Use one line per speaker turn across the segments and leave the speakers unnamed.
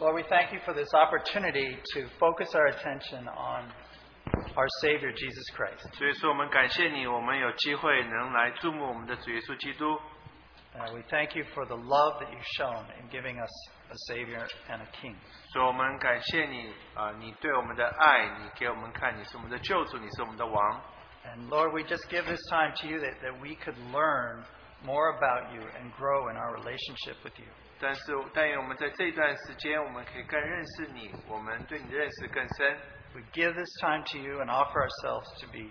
Lord, we thank you for this opportunity to focus our attention on our Savior Jesus Christ.
所以说，我们感谢你，我们有机会能来注目我们的主耶稣基督。
And Uh, we thank you for the love that you've shown in giving us a Savior and a King.
所以我们感谢你啊、你对我们的爱，你给我们看你是我们的救主，你是我们的王。
And Lord, we just give this time to you that, that we could learn more about you and grow in our relationship with you.
但是，但愿我们在这段时间，我们可以更认识你，我们对你的认识更深。
We give this time to you and offer ourselves to be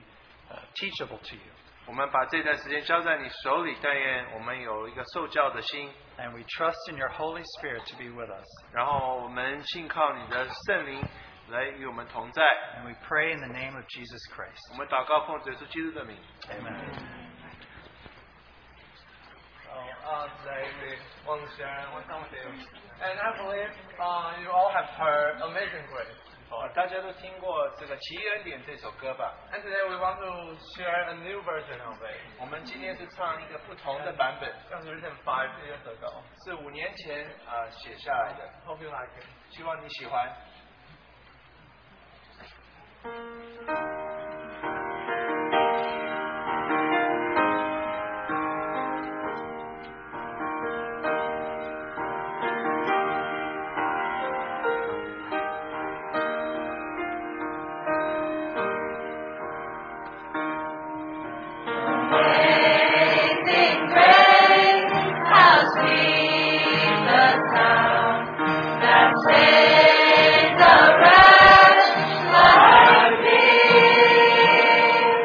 uh, teachable to you.
我们把这段时间交在你手里，但愿我们有一个受教的心，
And we trust in your Holy Spirit to be with us.
然后我们信靠你的圣灵来与我们同在。
And we pray in the name of Jesus
我
Christ.
们祷告奉主耶稣基督的名。
Amen.
Uh, David, Wang Xian, what's up with you? And I believe uh, 哎 you all have heard Amazing Grace before.
哦大家都听过这个《奇恩点》这首歌吧？
And today we want to share a new version of it.
我们今天是唱一个不同的版本，
It was written five years ago.
是五年前啊、呃写下来的，
Hope you like it.
希望你喜欢。
Amazing grace, how sweet the sound that saved a wretch like me.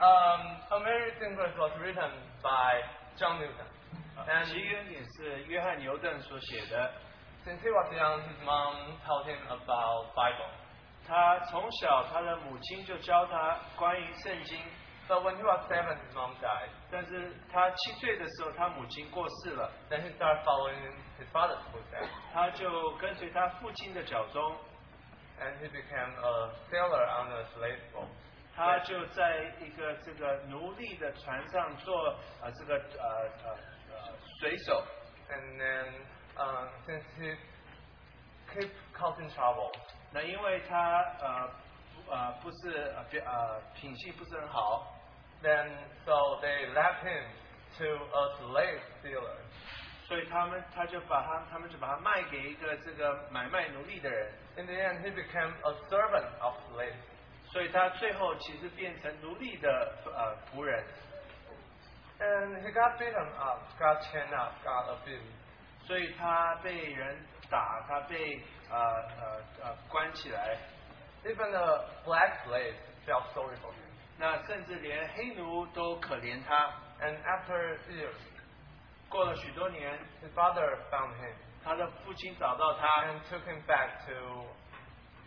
Amazing Grace um, was written by John Newton.
呃奇缘也是约翰牛顿所写的，
Since he was young, his mom taught him about Bible.
他从小他的母亲就教他关于圣经，
But when he was seven, his mom died.
但是他七岁的时候他母亲过世了，
Then he started following his father's footsteps,
他就跟随他父亲的脚踪，
and he became a sailor on a slave boat.
他就在一个这个奴隶的船上做呃这个呃呃呃水手，
And then, um, since he kept causing trouble,
那因为他呃不呃不是呃表呃品性不是很好，
then so they left him to a slave dealer.
所以他们他就把他他们就把他卖给一个这个买卖奴隶的人，
In the end, he became a servant of slaves.
所以他最后其实变成奴隶的呃仆人，
And he got beaten up, got chained up, got abused.
所以他被人打，他被呃呃呃关起来，
Even the black slaves felt sorry for him.
那甚至连黑奴都可怜他。
And after years,
过了许多年，
his father found him
他的父亲找到他，
and took him back to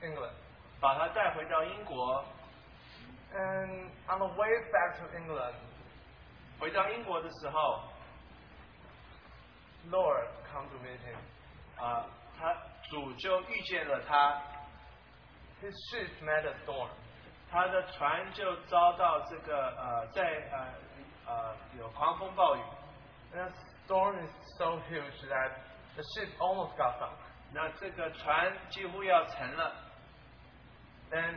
England.
把他带回到英国。
And on the way back to England,
回到英国的时候，
Lord come to meet him.
啊、他主就遇见了他，
His ship met a storm.
他的船就遭到这个呃，在呃呃有狂风暴雨，
And the storm is so huge that the ship almost got sunk.
那这个船几乎要沉了。
Then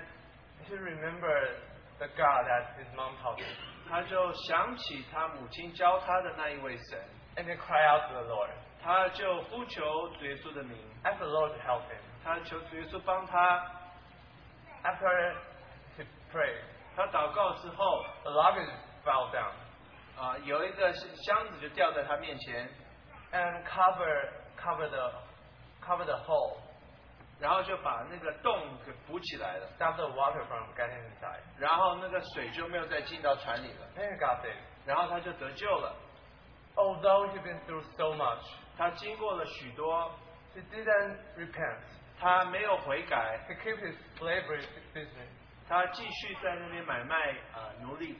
he remembered the God that his mom taught him.
他就想起他母亲教他的那一位神，
And he cried out to the Lord.
他就呼求主耶稣的名，
Asked the Lord to help him.
他求主耶稣帮他。
After he prayed,
他祷告之后，
the luggage fell down
啊、有一个箱子就掉在他面前，
and covered, covered, the, covered the hole,
然后就把那个洞给补起来了，
stopped the water from getting inside.
然后那个水就没有再进到船里了，
Then he got saved.
然后他就得救了。
Although he'd been through so much,
他经过了许多，
he didn't repent.
他没有悔改，
He kept his slavery business
他继续在那边买卖啊、呃奴隶，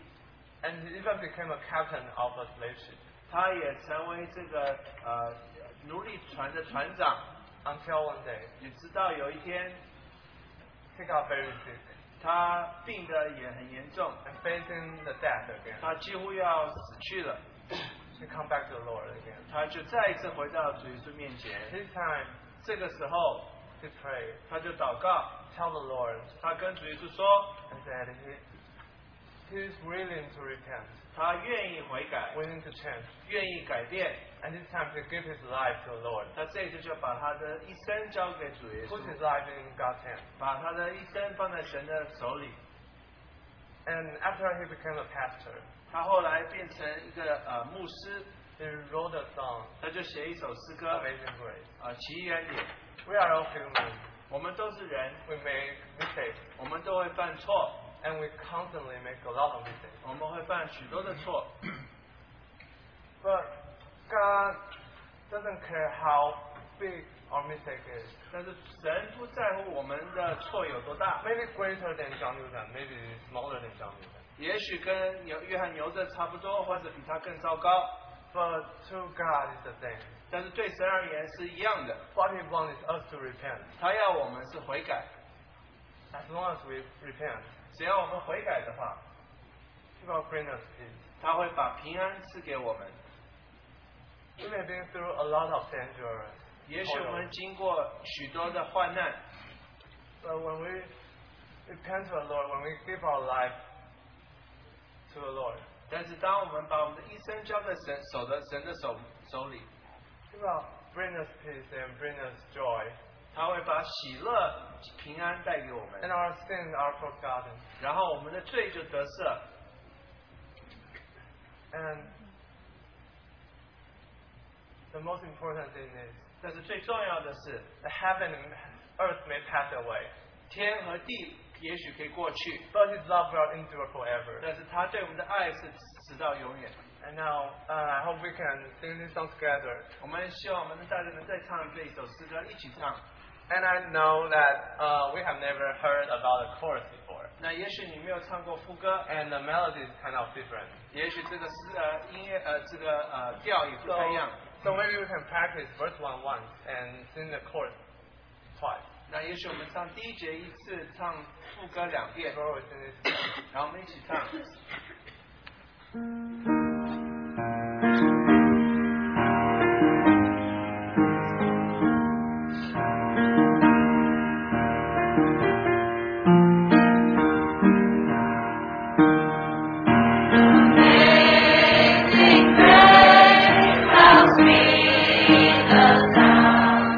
and he even became a captain of a slave ship
他也成为这个呃奴隶船的船长。
until one day
也知道有一天
he got very sick
他病得也很严重，
and facing the death again.
他几乎要死去了，
He come back to the Lord again.
他就再一次回到主耶稣面前。
This time
这个时候，
he prayed,
他就祷告，
tell the Lord
他跟主耶稣说，
and said he he's willing to repent,
他愿意悔改，
willing to change.
愿意改变。
And this time he gave his life to the Lord.
他这一次就把他的一生交给主耶
Put his
稣，
life in God's hand.
把他的一生放在神的手里。
And after he became a pastor,
他后来变成一个呃牧师，
he wrote a song,
他就写一首诗歌，
Amazing Grace.
啊、奇缘点。
We are all human.
我们都是人，
We make mistakes,
我们都会犯错，
and we constantly make a lot of mistakes.
我们会犯许多的错。
But God doesn't care how big our mistake is.
但是神不在乎我们的错有多大，
Maybe greater than John Newton, maybe smaller than John Newton.
也许跟牛约翰牛顿差不多，或者比他更糟糕，
But to God is the same.
但是对神而言是一样的。
What He wants is us to repent.
他要我们是悔改，
As long as we repent,
只要我们悔改的话，
He will bring us peace.
他会把平安赐给我们。
We may be through a lot of danger,
也许我们经过许多的患难，
but when we repent to the Lord, when we give our life to the Lord,
但是当我们把我们的一生交在神手的神的手手里，
He will bring us peace and bring us joy.
他会把喜乐、平安带给我
And
们，
our sins are forgotten.
然后我们的罪就得赦了。
And the most important thing is
但是最重要的是，
the heaven and earth may pass away,
天和地
也许可以过去，
but His love will endure forever.
但是他对我们的爱是直到永远。
And now uh, I hope we can sing this song together.
我们希望我们大家能再唱这一首诗歌，一起唱。
And I know that uh, we have never heard about the chorus before,
那也许你没有唱过副歌，哎
and the melody is kind of different.
也许这个诗呃音乐呃这个呃调也不
So,
太一样。
so maybe we can practice verse one once and sing the chorus twice.
那也许我们唱第一节一次，唱副歌两遍，
Before we sing this.
然后我们一起唱。
Amazing grace, how sweet the sound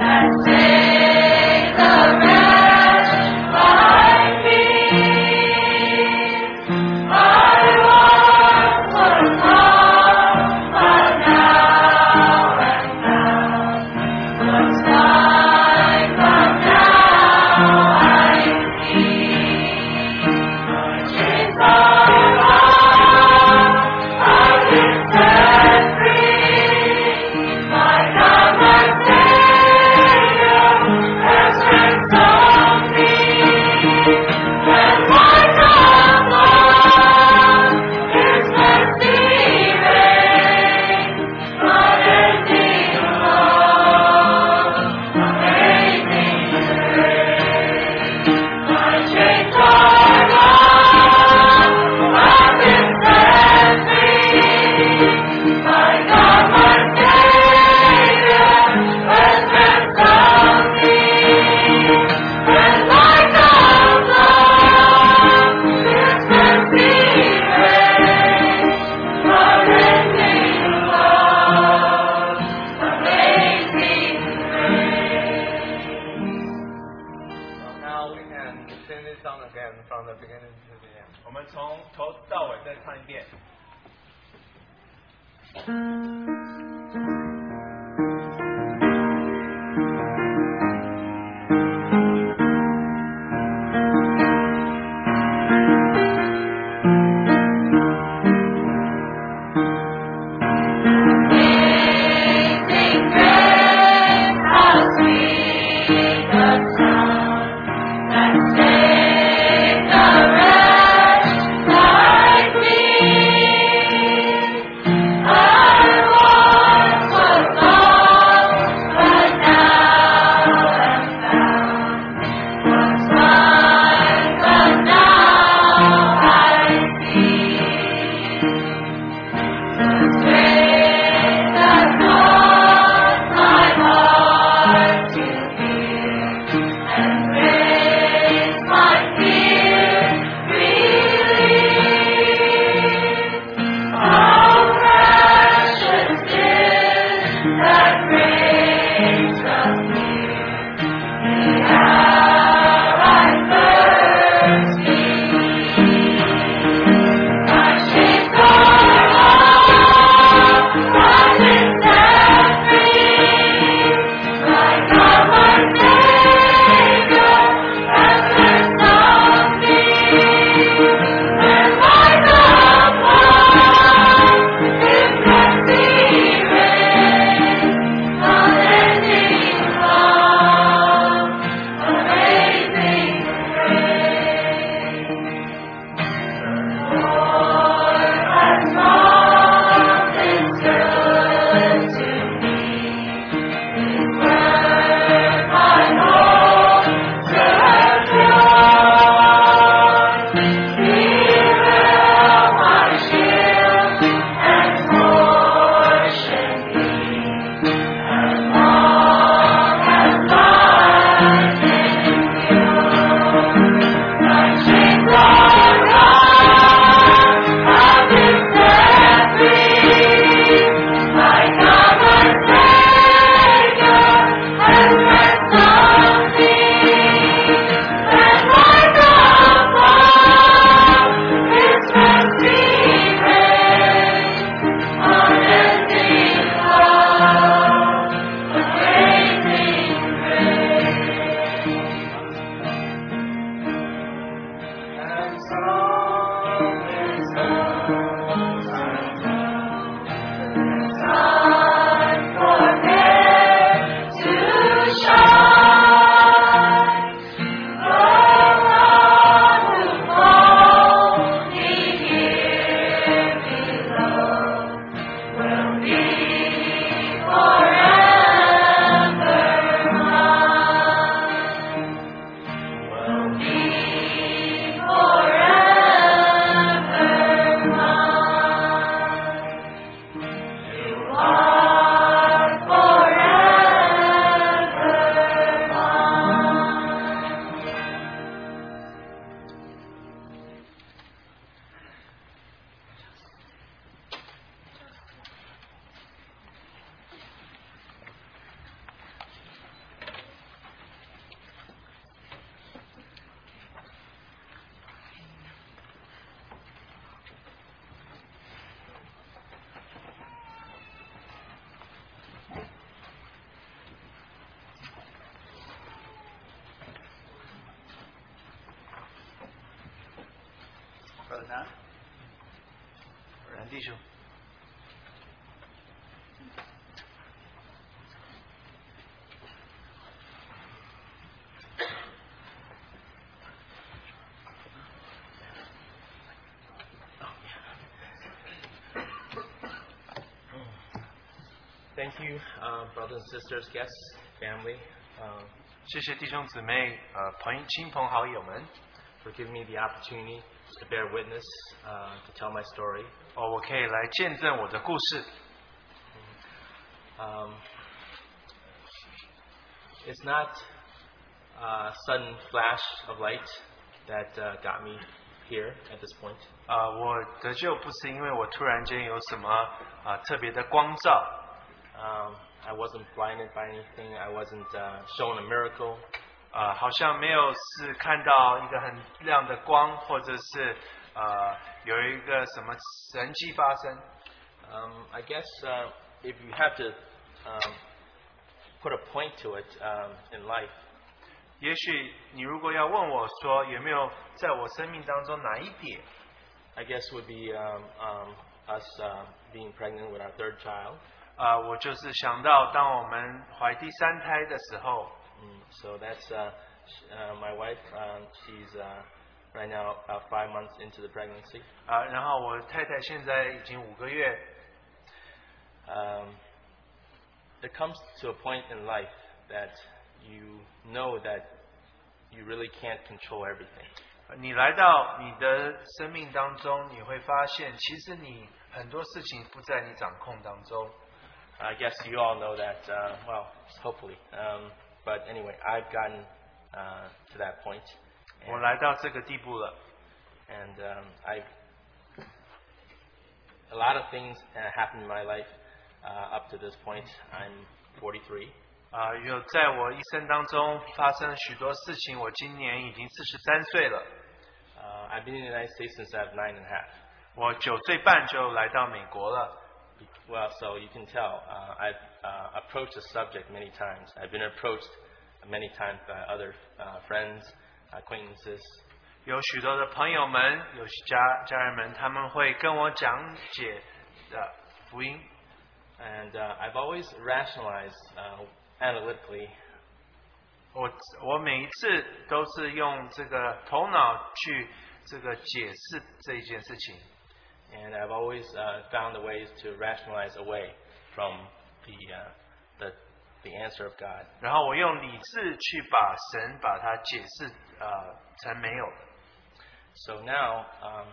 that saved a wretch like me. I once was lost, but now am found. Was blind, but now I see. Chains are gone. I've been set free by God my Savior has ransomed me, and my God His mercy reigns, unending love, amazing grace. My chains are gone, I've been set free by God my Savior has ransomed me, and my God loves His mercy reigns, unending love, amazing grace.
So now we can sing this song again from the beginning to the end.
我们从头到尾再唱一遍。
Amazing grace, how sweet the sound that saved a wretch like me. I once was lost, but now am found.
难。
阮弟兄，
Thank you, uh, brothers and sisters, guests, family. Um,
谢谢弟兄姊妹、呃朋亲朋好友们，
for giving me the opportunity to bear witness, uh, to tell my story.
哦，我可以来见证我的故事。
Um, it's not a sudden flash of light that uh, got me here at this point.
啊，Uh, 我得救不是因为我突然间有什么啊、呃特别的光照，
Um, I wasn't blinded by anything, I wasn't uh, shown a miracle.
啊，好像没有是看到一个很亮的光，或者是呃有一个什么神迹发生。
Um, I guess uh, if you have to um, put a point to it um, in life,
也许你如果要问我说有没有在我生命当中哪一点，
I guess would be um, um, us uh, being pregnant with our third child.
啊、我就是想到当我们怀第三胎的时候，
Mm, so that's uh, sh- uh, my wife. Um, she's uh, right now about five months into the pregnancy.
啊、然后我太太现在已经五个月，
Um, there comes to a point in life that you know that you really can't control everything.
你来到你的生命当中，你会发现其实你很多事情不在你掌控当中。
I guess you all know that. Uh, well, hopefully. Um, but anyway, I've gotten uh, to that point,
我来到这个地步了，
and um, I a lot of things uh, happened in my life uh, up to this point. I'm 43.
啊、有在我一生当中发生许多事情。我今年已经四十三岁了，啊
Uh, I've been in the United States since I was nine and a half.
我九岁半就来到美国了。
Well, so you can tell uh, I've uh, approached the subject many times. I've been approached many times by other uh, friends, acquaintances.
有许多的朋友们，有家家人们，他们会跟我讲解的福音。
And uh, I've always rationalized uh, analytically
我我每一次都是用这个头脑去这个解释这一件事情，
and I've always uh, found the ways to rationalize away from the, uh, the the answer of God.
然后我用理智去把神把它解释呃成没有的。
So now um,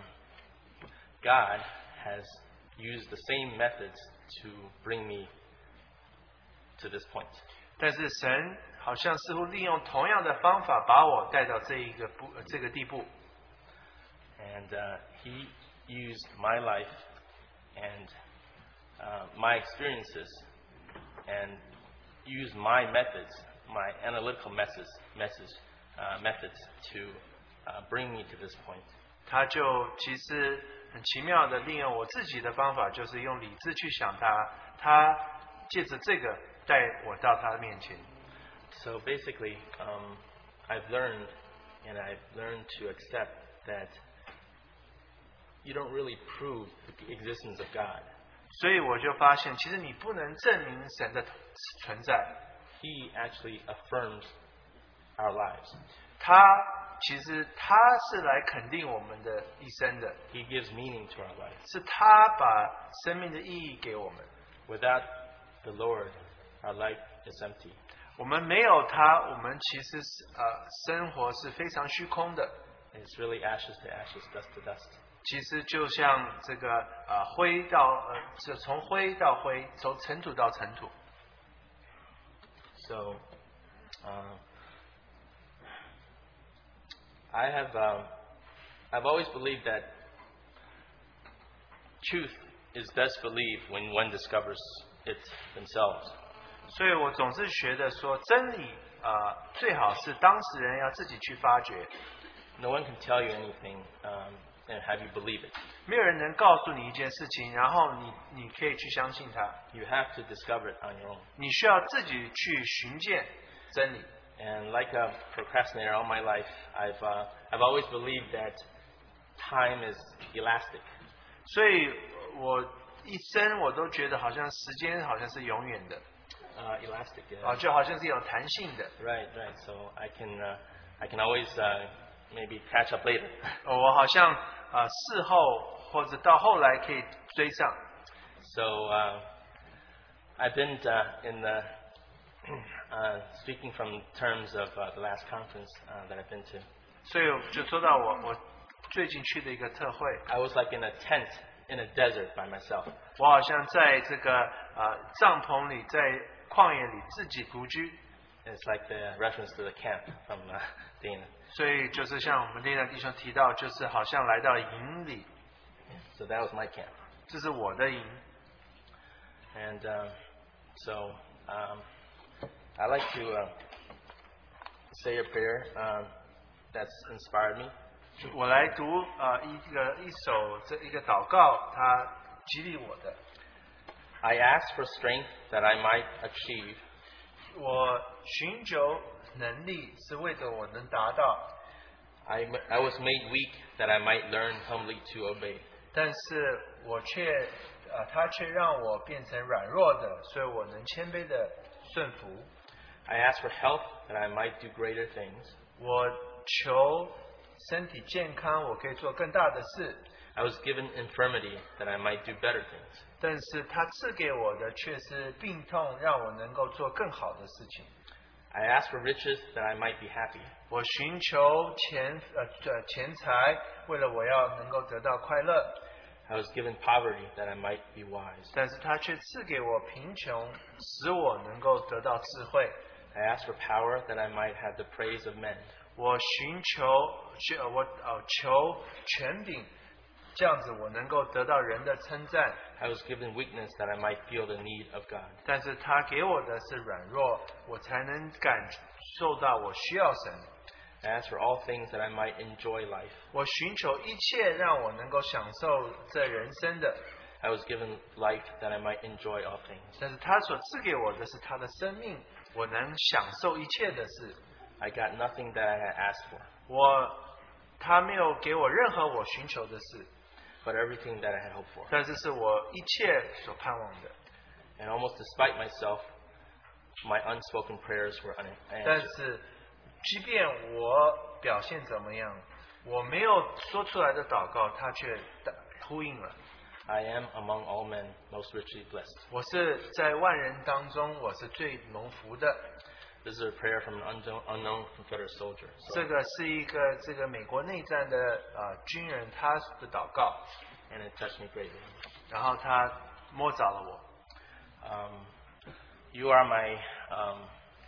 God has used the same methods to bring me to this point.
但是神好像似乎利用同样的方法把我带到这一个不、呃这个地步，
and uh, he used my life and uh, my experiences and used my methods, my analytical methods, methods, uh, methods to uh, bring me to this point.
他就其实很奇妙的利用我自己的方法，就是用理智去想他，他借着这个带我到他的面前。
So basically, um, I've learned, and I've learned to accept that you don't really prove the existence of God.
所以我就发现，其实你不能证明神的存在，
He actually affirms our lives.
他其实他是来肯定我们的一生的，
He gives meaning to our lives.
是他把生命的意义给我们。
Without the Lord, our life is empty.
我们没有他，我们其实是呃生活是非常虚空的，
It's really ashes to ashes, dust to dust.
其实就像这个呃灰到呃就从灰到灰，从尘土到尘土。
So, uh, I have um, I've always believed that truth is best believed when one discovers it themselves.
所以我总是觉得说真理啊、呃最好是当事人要自己去发掘，
No one can tell you anything um, and have you believe it.
没有人能告诉你一件事情，然后你你可以去相信它，
You have to discover it on your own.
你需要自己去寻见真理。
And like a procrastinator all my life, I've, uh, I've always believed that time is elastic.
所以呃我一生我都觉得好像时间好像是永远的
Uh, elastic, yeah.
啊，就好像是有弹性的。
Right, right. So I can, uh, I can always uh, maybe catch up later.
呃我好像啊、呃事后或者到后来可以追上。
So uh, I've been uh, in the uh, speaking from terms of uh, the last conference uh, that I've been to.
所以就说到我我最近去的一个特会，
I was like in a tent in a desert by myself.
我好像在这个呃帐篷里，在旷野里自己独居，
It's like the reference to the camp from uh, Dana.
所以就是像我们那个弟兄提到，就是好像来到营里，
So that was my camp,
这是我的营，
and um, so um, I like to uh, say a prayer um, that's inspired me.
我来读呃一个一首这一个祷告，它激励我的。
I asked for strength that I might achieve,
我寻求能力是为着我能达到，
I, I was made weak that I might learn humbly to obey.
但是我却呃它却让我变成软弱的，所以我能谦卑的顺服。
I asked for help that I might do greater things.
我求身体健康，我可以做更大的事，
I was given infirmity that I might do better things.
但是他赐给我的却是病痛，让我能够做更好的事情。
I asked for riches that I might be happy.
我寻求钱呃呃钱财，为了我要能够得到快乐，
I was given poverty that I might be wise.
但是他却赐给我贫穷，使我能够得到智慧。
I asked for power that I might have the praise of men.
我寻求去呃我呃求权柄，这样子我能够得到人的称赞，
I was given weakness that I might feel the need of God.
但是他给我的是软弱，我才能感受到我需要神。
I asked for all things that I might enjoy life.
我寻求一切让我能够享受这人生的，
I was given life that I might enjoy all things.
但是他所赐给我的是他的生命，我能享受一切的事。
I got nothing that I had asked for,
我他没有给我任何我寻求的事，
but everything that I had hoped for.
但是是我一切所盼望的。
And almost despite myself, my unspoken prayers were unanswered.
但是，即便我表现怎么样，我没有说出来的祷告，他却答呼应了。
I am among all men most richly blessed.
我是在万人当中，我是最蒙福的。
This is a prayer from an unknown, unknown Confederate soldier.
这
So,
个是一个这个美国内战的呃军人他的祷告，
and it touched me greatly.
然后他摸着了我。
Um, you are my, um,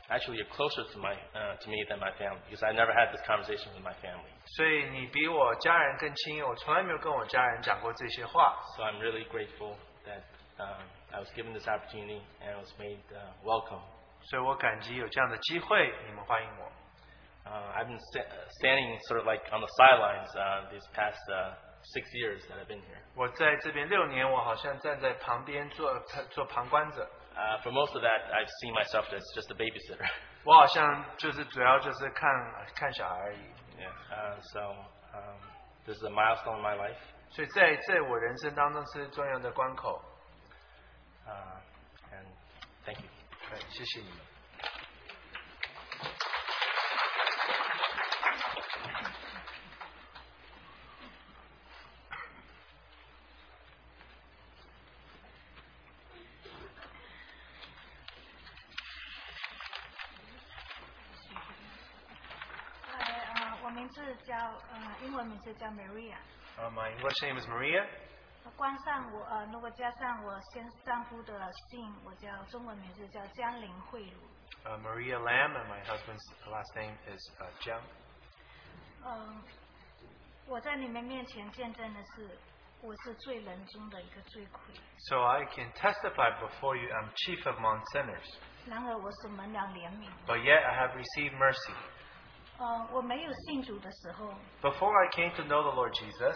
actually, you're closer to my, uh, to me than my family because I never had this conversation with my family.
所以你比我家人更亲，我从来没有跟我家人讲过这些话，
So I'm really grateful that um, I was given this opportunity and I was made uh, welcome.
所以我感激有这样的机会，你们欢迎我。
Uh, I've been sta- uh, standing sort of like on the sidelines uh, these past uh, six years that I've been here.
我在这边六年，我好像站在旁边做做旁观者，
Uh, for most of that, I've seen myself as just a babysitter.
我好像就是主要就是看看小孩而已。
yeah. Uh, so um, this is a milestone in my life.
所以在在我人生当中是重要的关口。
Uh, and thank you.
对，哎谢谢你们。
呃，我名字叫呃，英文名字叫 Maria。
Uh, my English name is Maria.
关上我呃，如果加上我先丈夫的姓，我叫中文名字叫江林慧茹。
Uh, Maria Lam and my husband's last name is uh, Jiang.
嗯，我在你们面前见证的是，我是罪人中的一个罪魁。
So I can testify before you I'm chief among sinners,
然而我是门了怜悯。
but yet I have received mercy.
呃，我没有信主的时候，
Before I came to know the Lord Jesus,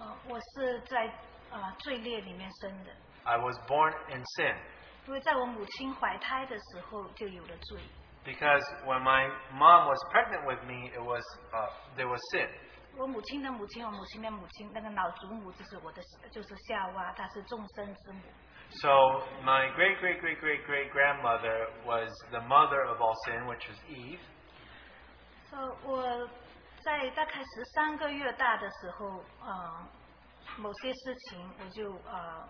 呃，我是在呃罪孽里面生的，
I was born in sin
因为在我母亲怀胎的时候就有了罪。
because when my mom was pregnant with me, it was uh, there was sin.
我母亲的母亲，我母亲的母亲，那个老祖母就是我的，就是夏娃，她是众生之母。
So my great great great great great grandmother was the mother of all sin, which was Eve.
呃，我在大概十三个月大的时候，呃，某些事情我就呃，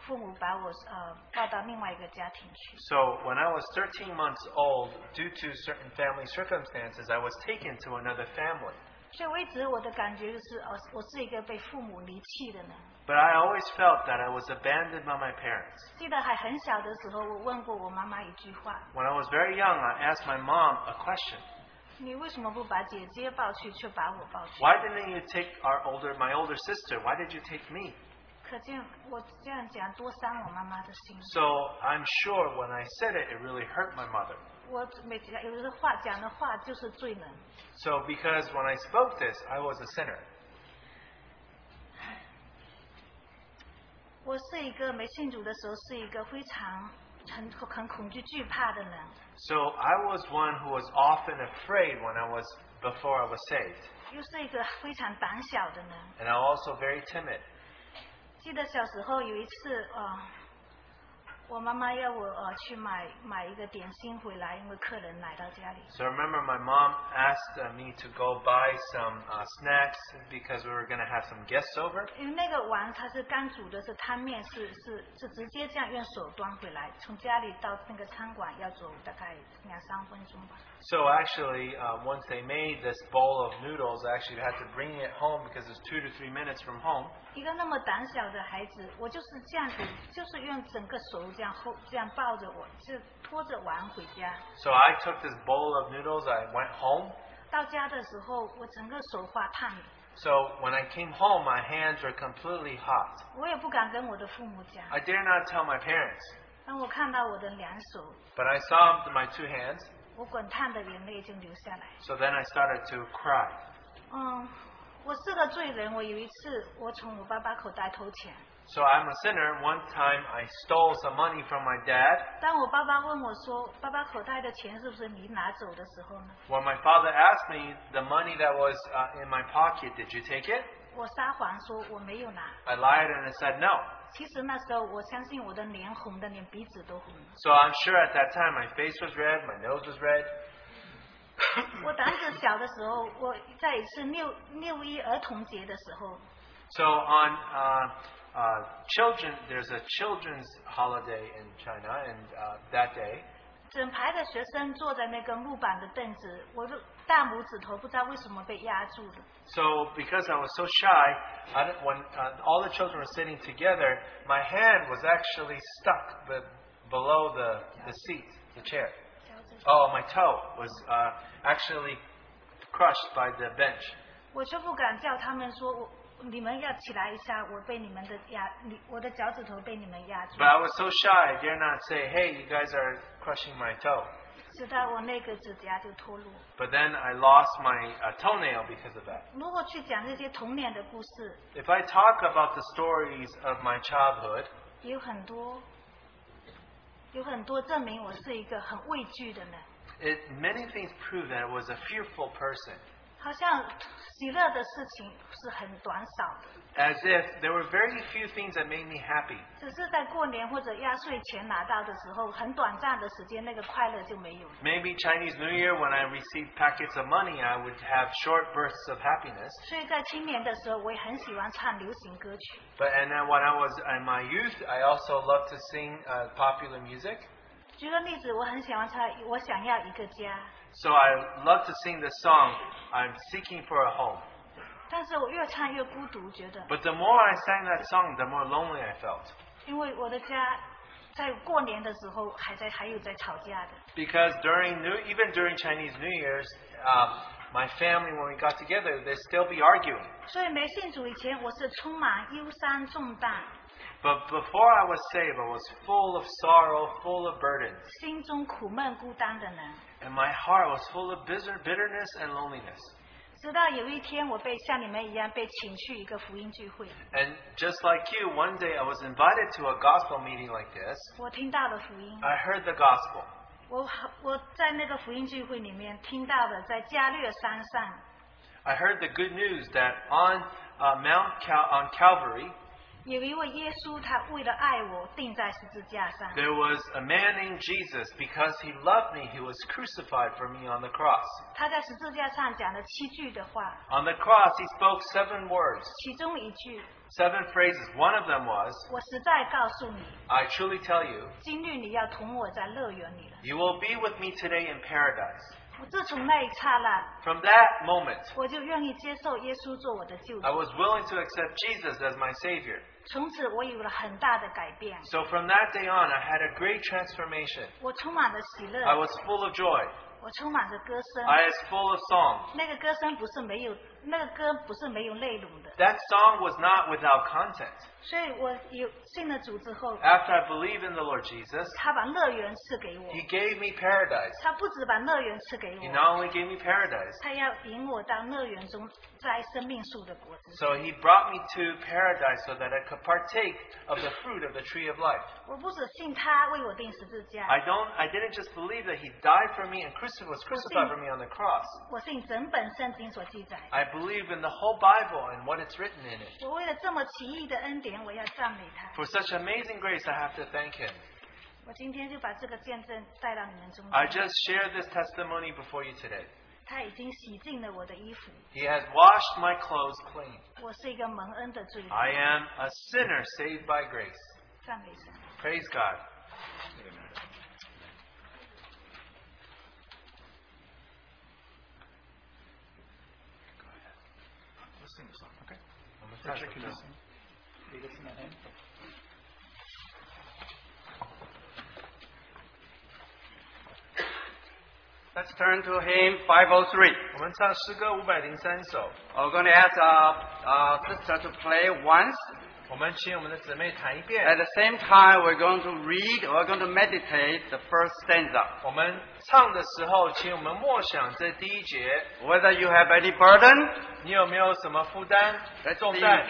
父母把我呃抱到另外一个家庭去。
So when I was 13 months old, due to certain family circumstances, I was taken to another family.
所以我一直我的感觉就是，呃，我是一个被父母离弃的人。
But I always felt that I was abandoned by my parents.
记得还很小的时候，我问过我妈妈一句话
When I was very young, I asked my mom a question.：“
你为什么不把姐姐抱去，却把我抱去
Why didn't you take our older, my older sister? Why did you take me? ？”
可见我这样讲多伤我妈妈的心。
So I'm sure when I said it, it really hurt my mother.
我每讲有的话讲的话就是罪人。
So because when I spoke this, I was a sinner.
我是一个没信主的时候是一个非常很很恐惧惧怕的人，
So I was one who was often afraid when I was before I was saved,
又是一个非常胆小的人。
and I was also very timid.
记得小时候有一次，呃，我妈妈要我呃去买买一个点心回来，因为客人来到家里。
So I remember my mom asked uh, me to go buy some uh, snacks because we were going to have some guests over.
因为那个碗它是刚煮的，是汤面，是是是直接这样用手端回来，从家里到那个餐馆要走大概两三分钟吧。
So actually, uh, once they made this bowl of noodles, I actually had to bring it home because it's two to three minutes from home.
一个那么胆小的孩子，我就是这样子，就是用整个手这样后这样抱着我，就拖着碗回家。
So I took this bowl of noodles, I went home.
到家的时候，我整个手发烫的，
So when I came home, my hands were completely hot.
我也不敢跟我的父母讲。
I dare not tell my parents,
当我看到我的两手，
but I saw my two hands,
我滚烫的眼泪就流下来。
so then I started to cry.
嗯，我是个罪人。我有一次，我从我爸爸口袋偷钱。
So I'm a sinner. One time I stole some money from my dad.
当我爸爸问我说：“爸爸口袋的钱是不是你拿走的时候呢
When my father asked me the money that was uh, in my pocket, did you take it?？”
我撒谎说我没有拿。
I lied and I said no.
其实那时候，我相信我的脸红的，连鼻子都红。
So I'm sure at that time my face was red, my nose was red.
我胆子小的时候，我在一次六六一儿童节的时候，
So on uh, uh, children, there's a children's holiday in China, and uh, that day,
整排的学生坐在那个木板的凳子，我的大拇指头不知道为什么被压住了。
so because I was so shy, I didn't- when uh, all the children were sitting together, my hand was actually stuck be- below the, the seat, the chair. Oh, my toe was uh, actually crushed by the bench.
我却不敢叫他们说我你们要起来一下，我被你们的压，你我的脚趾头被你们压住
But，I was so shy, I dare not say, hey, you guys are crushing my toe.
直到我那个指甲就脱落。
But then I lost my uh, toenail because of that.
如果去讲这些童年的故事，
If I talk about the stories of my childhood,
有很多，有很多证明我是一个很畏惧的人。
it, many things prove that I was a fearful person.
好像喜乐的事情是很短少的，
As if there were very few things that made me happy.
只是在过年或者压岁钱拿到的时候，很短暂的时间，那个快乐就没有了。
Maybe Chinese New Year, when I received packets of money, I would have short bursts of happiness.
所以在青年的时候，我也很喜欢唱流行歌曲。
But and then when I was in my youth, I also loved to sing uh, popular music.
举个例子，我很喜欢唱《我想要一个家》，
So I love to sing the song, I'm Seeking for a Home.
但是我越唱越孤独，觉得，
But the more I sang that song, the more lonely I felt.
因为我的家在过年的时候还在还有在吵架的。
Because during New, even during Chinese New Year's, uh, my family, when we got together, they'd still be arguing.
所以没信主以前，我是充满忧伤重担，
But before I was saved, I was full of sorrow, full of burdens,
心中苦闷孤单的人。
and my heart was full of bitter, bitterness and loneliness.
直到有一天，我被像你们一样被请去一个福音聚会，
And just like you, one day I was invited to a gospel meeting like this.
我听到了福音。
I heard the gospel.
我我在那个福音聚会里面听到了，在加略山上
I heard the good news that on uh, Mount Cal- on Calvary,
也因为耶稣他为了爱我钉在十字架上，
there was a man named Jesus. Because he loved me, he was crucified for me on the cross.
他在十字架上讲了七句的话，
On the cross, he spoke seven words,
其中一句
seven phrases. One of them was,
我实在告诉你，
I truly tell you,
今日你要同我在乐园里了。
you will be with me today in paradise.
我自从那一刹那，
From that moment,
我就愿意接受耶稣做我的救
I
主，
was willing to accept Jesus as my Savior.
从此我有了很大的改变，
So from that day on, I had a great transformation.
我充满了喜
I
乐，
was full of joy.
我充满着歌声。
I was full of song.
那个歌声不是没有，那个歌不是没有内容的，
That song was not without content.
所以我有信了主之后，
After I believed in the Lord Jesus,
他把乐园赐给我，
He gave me paradise.
他不止把乐园赐给
He
我，
not only gave me paradise,
他要引我到乐园中摘生命树的果子。
so He brought me to paradise so that I could partake of the fruit of the tree of life.
我不止信他为我钉十字架，
I don't. I didn't just believe that He died for me and cruci- was crucified for me on the cross.
我信整本圣经所记载的。
I believe in the whole Bible and what it's written in it.
我为了这么奇异的恩典，我要赞美他。
For such amazing grace, I have to thank Him.
我今天就把这个见证带到你们中
I
间。
just share this testimony before you today.
他已经洗净了我的衣服，
He has washed my clothes clean.
我是一个蒙恩的罪人。
I am a sinner saved by grace.
赞美神。
Praise God.
Let's turn to hymn 503.
我们唱诗歌五百零三首，
We're going to ask our, our sister to play once.
我们请我们的姊妹弹一
At
遍，
the same time, we're going to read, we're going to meditate the first stanza.
我们唱的时候，请我们默想这第一节，
Whether you have any burden,
你有没有什么负担
let's、
重
see.
担？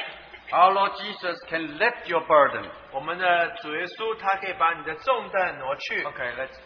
Our Lord Jesus can lift your burden.
我们的主耶稣他可以把你的重担挪去。
Okay, let's.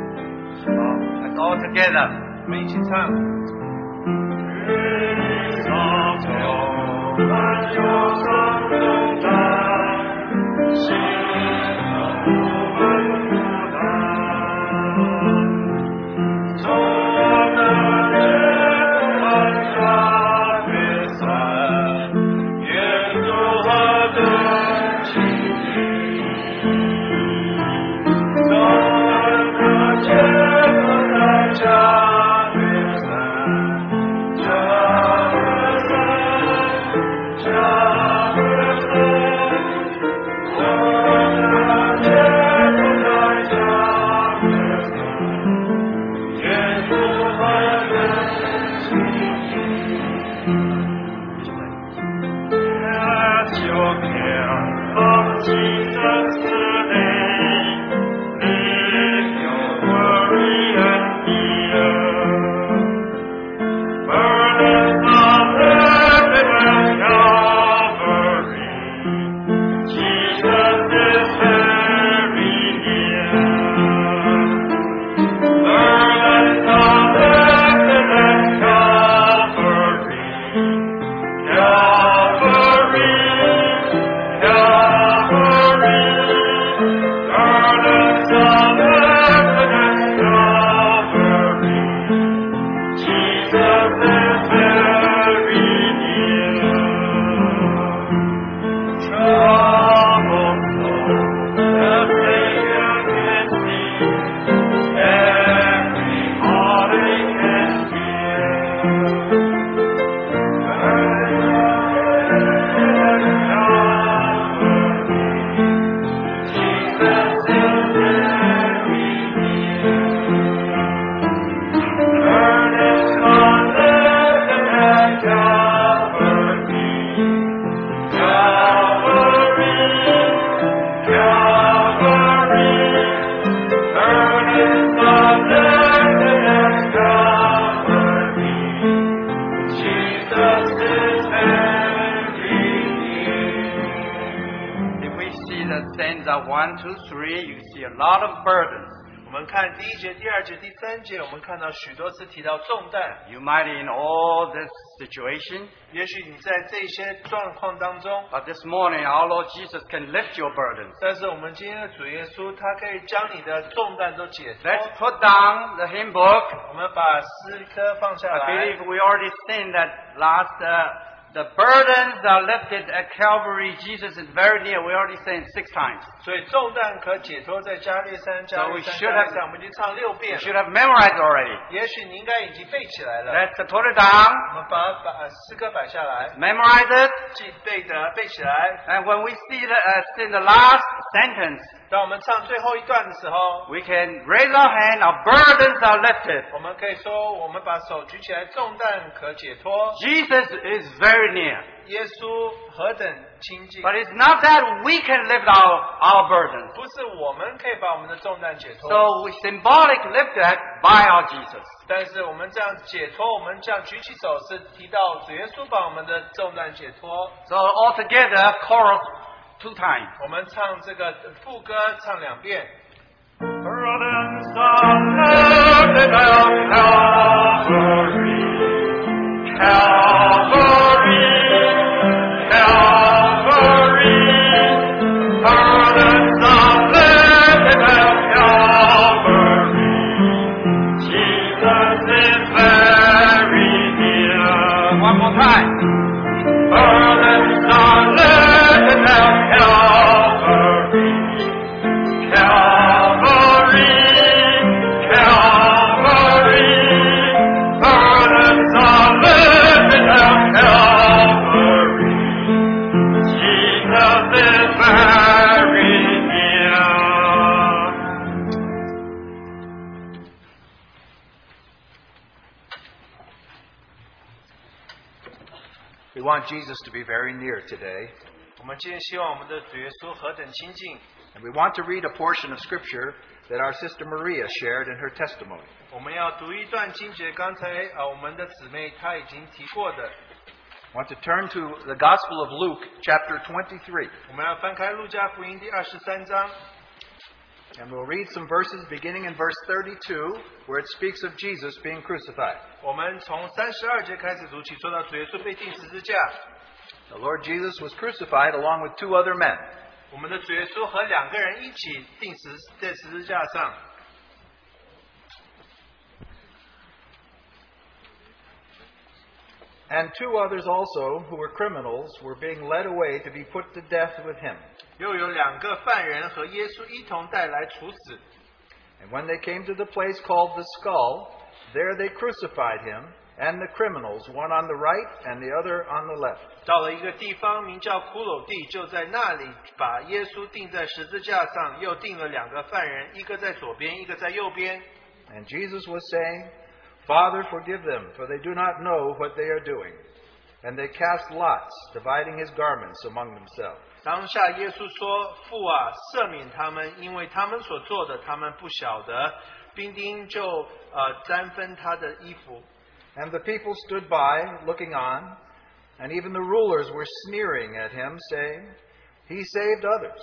Let's all together.
我们一起唱。
Thank you.
stanza one to three, you see a lot of burdens.
我们看第一节、第二节、第三节，我们看到许多次提到重担。
You might in all this situation,
也许你在这些状况当中，
but this morning our Lord Jesus can lift your burdens.
但是我们今天的主耶稣，他可以将你的重担都解脱。
Let's put down the hymn book.
我们把诗歌放下
I
来
believe。we already seen that last. Uh, the burdens are lifted at Calvary. Jesus is very near. We already sang six times.
所以重担可解脱，在加略山、加略
So we
山、
should
加
have-
略山，我们已经唱六
You
遍
should
了。
have memorized already.
也许你应该已经背起来了。
Let's uh, put it down,
我们把把呃诗歌摆下来，
memorize it,
记背着背起来。
and when we see the, uh, see the last sentence,
当我们唱最后一段的时候，
we can raise our hand. Our burdens are lifted.
我们可以说，我们把手举起来，重担可解脱。
Jesus is very near.
耶稣何等亲近！
But it's not that we can lift our, our burdens.
不是我们可以把我们的重担解脱，
So we symbolic lift that by our Jesus.
但是我们这样解脱，我们这样举起手是提到主耶稣把我们的重担解脱。
So altogether, chorus two times.
我们唱这个副歌唱两遍，
Burdens are lifted at Calvary. Calvary, Calvary. Burdens are lifted at Calvary. Jesus is very near.
One more time.
Burdens are lifted at Calvary. Calvary, Calvary. Burdens are lifted at Calvary. Jesus is very near.
We want Jesus to be very near today,
我们今天希望我们的主耶稣何等亲近。
and we want to read a portion of Scripture that our sister Maria shared in her testimony.
我们要读一段经节，刚才呃我们的姊妹她已经提过的，
I want to turn to the Gospel of Luke, chapter 23,
我们要翻开路加福音第二十三章，
and we'll read some verses beginning in verse 32, where it speaks of Jesus being crucified.
我们从三十二节开始读起，说到主耶稣被钉十字架，
The Lord Jesus was crucified along with two other men.
我们的主耶稣和两个人一起钉十在十字架上。
And two others also, who were criminals, were being led away to be put to death with him.
又有两个犯人和耶稣一同带来处死。
And when they came to the place called the skull, there they crucified him and the criminals, one on the right and the other on the left.
到了一个地方，名叫骷髅地，就在那里把耶稣钉在十字架上，又钉了两个犯人，一个在左边，一个在右边。
And Jesus was saying, Father, forgive them, for they do not know what they are doing. And they cast lots, dividing his garments among themselves.
当下耶稣说：“父啊，赦免他们，因为他们所做的，他们不晓得。”兵丁就呃沾分他的衣服，
And the people stood by, looking on, and even the rulers were sneering at him, saying, He saved others.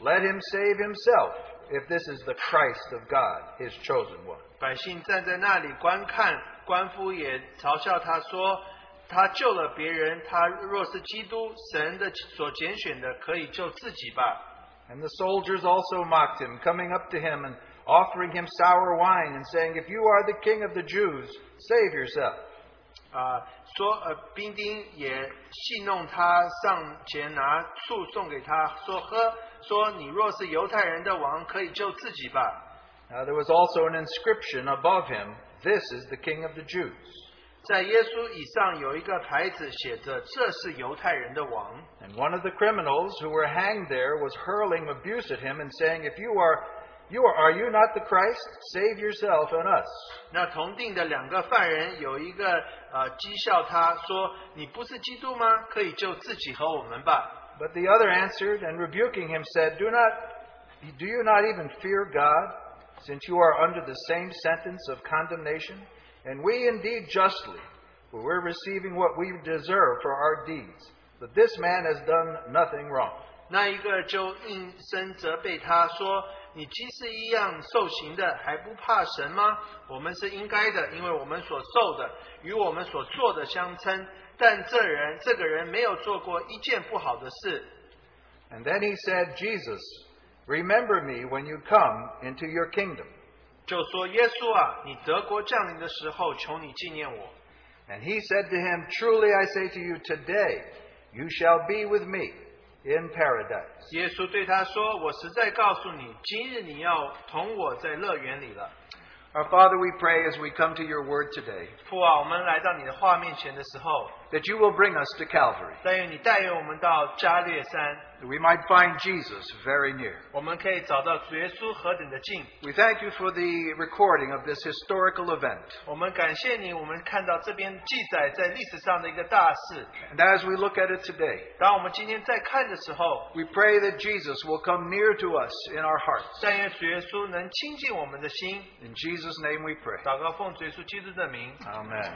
Let him save himself, if this is the Christ of God, his chosen one.
百姓站在那里观看，官夫也嘲笑他说：“他救了别人，他若是基督，神的所拣选的，可以救自己吧。
And the soldiers also mocked him, coming up to him and offering him sour wine, and saying, If you are the king of the Jews, save yourself. ”
啊、说呃，兵丁也戏弄他，上前拿醋送给他，说喝，说你若是犹太人的王，可以救自己吧。
Now there was also an inscription above him, This is the king of the Jews.
在耶稣以上有一个牌子，写着“这是犹太人的王”。
And one of the criminals who were hanged there was hurling abuse at him and saying, If you are, you are, are you not the Christ? Save yourself and us.
那同定的两个犯人有一个呃讥笑他说：“你不是基督吗？可以救自己和我们吧。
But the other answered and rebuking him said, Do not, do you not even fear God, since you are under the same sentence of condemnation? And we indeed justly, for we're receiving what we deserve for our deeds. But this man has done nothing wrong. ”
那一个就应声责备他说：“你既是一样受刑的，还不怕神吗？我们是应该的，因为我们所受的与我们所做的相称。但这人这个人没有做过一件不好的事。
And then he said, Jesus, remember me when you come into your kingdom. ”
就说：“耶稣啊，你德国降临的时候，求你纪念我。
And he said to him, Truly I say to you, today you shall be with me in paradise. ”
耶稣对他说：“我实在告诉你，今日你要同我在乐园里了。”
Our Father, we pray as we come to your word today
父啊，我们来到你的画面前的时候，
that you will bring us to Calvary,
但愿你带领我们到加略山，
that we might find Jesus very near.
我们可以找到主耶稣何等的近。
We thank you for the recording of this historical event.
我们感谢你，我们看到这边记载在历史上的一个大事。
And as we look at it today,
当我们今天在看的时候，
we pray that Jesus will come near to us in our hearts.
但愿主耶稣能亲近我们的心。
In Jesus' name we pray.
祷告奉主耶稣基督的名。
Amen.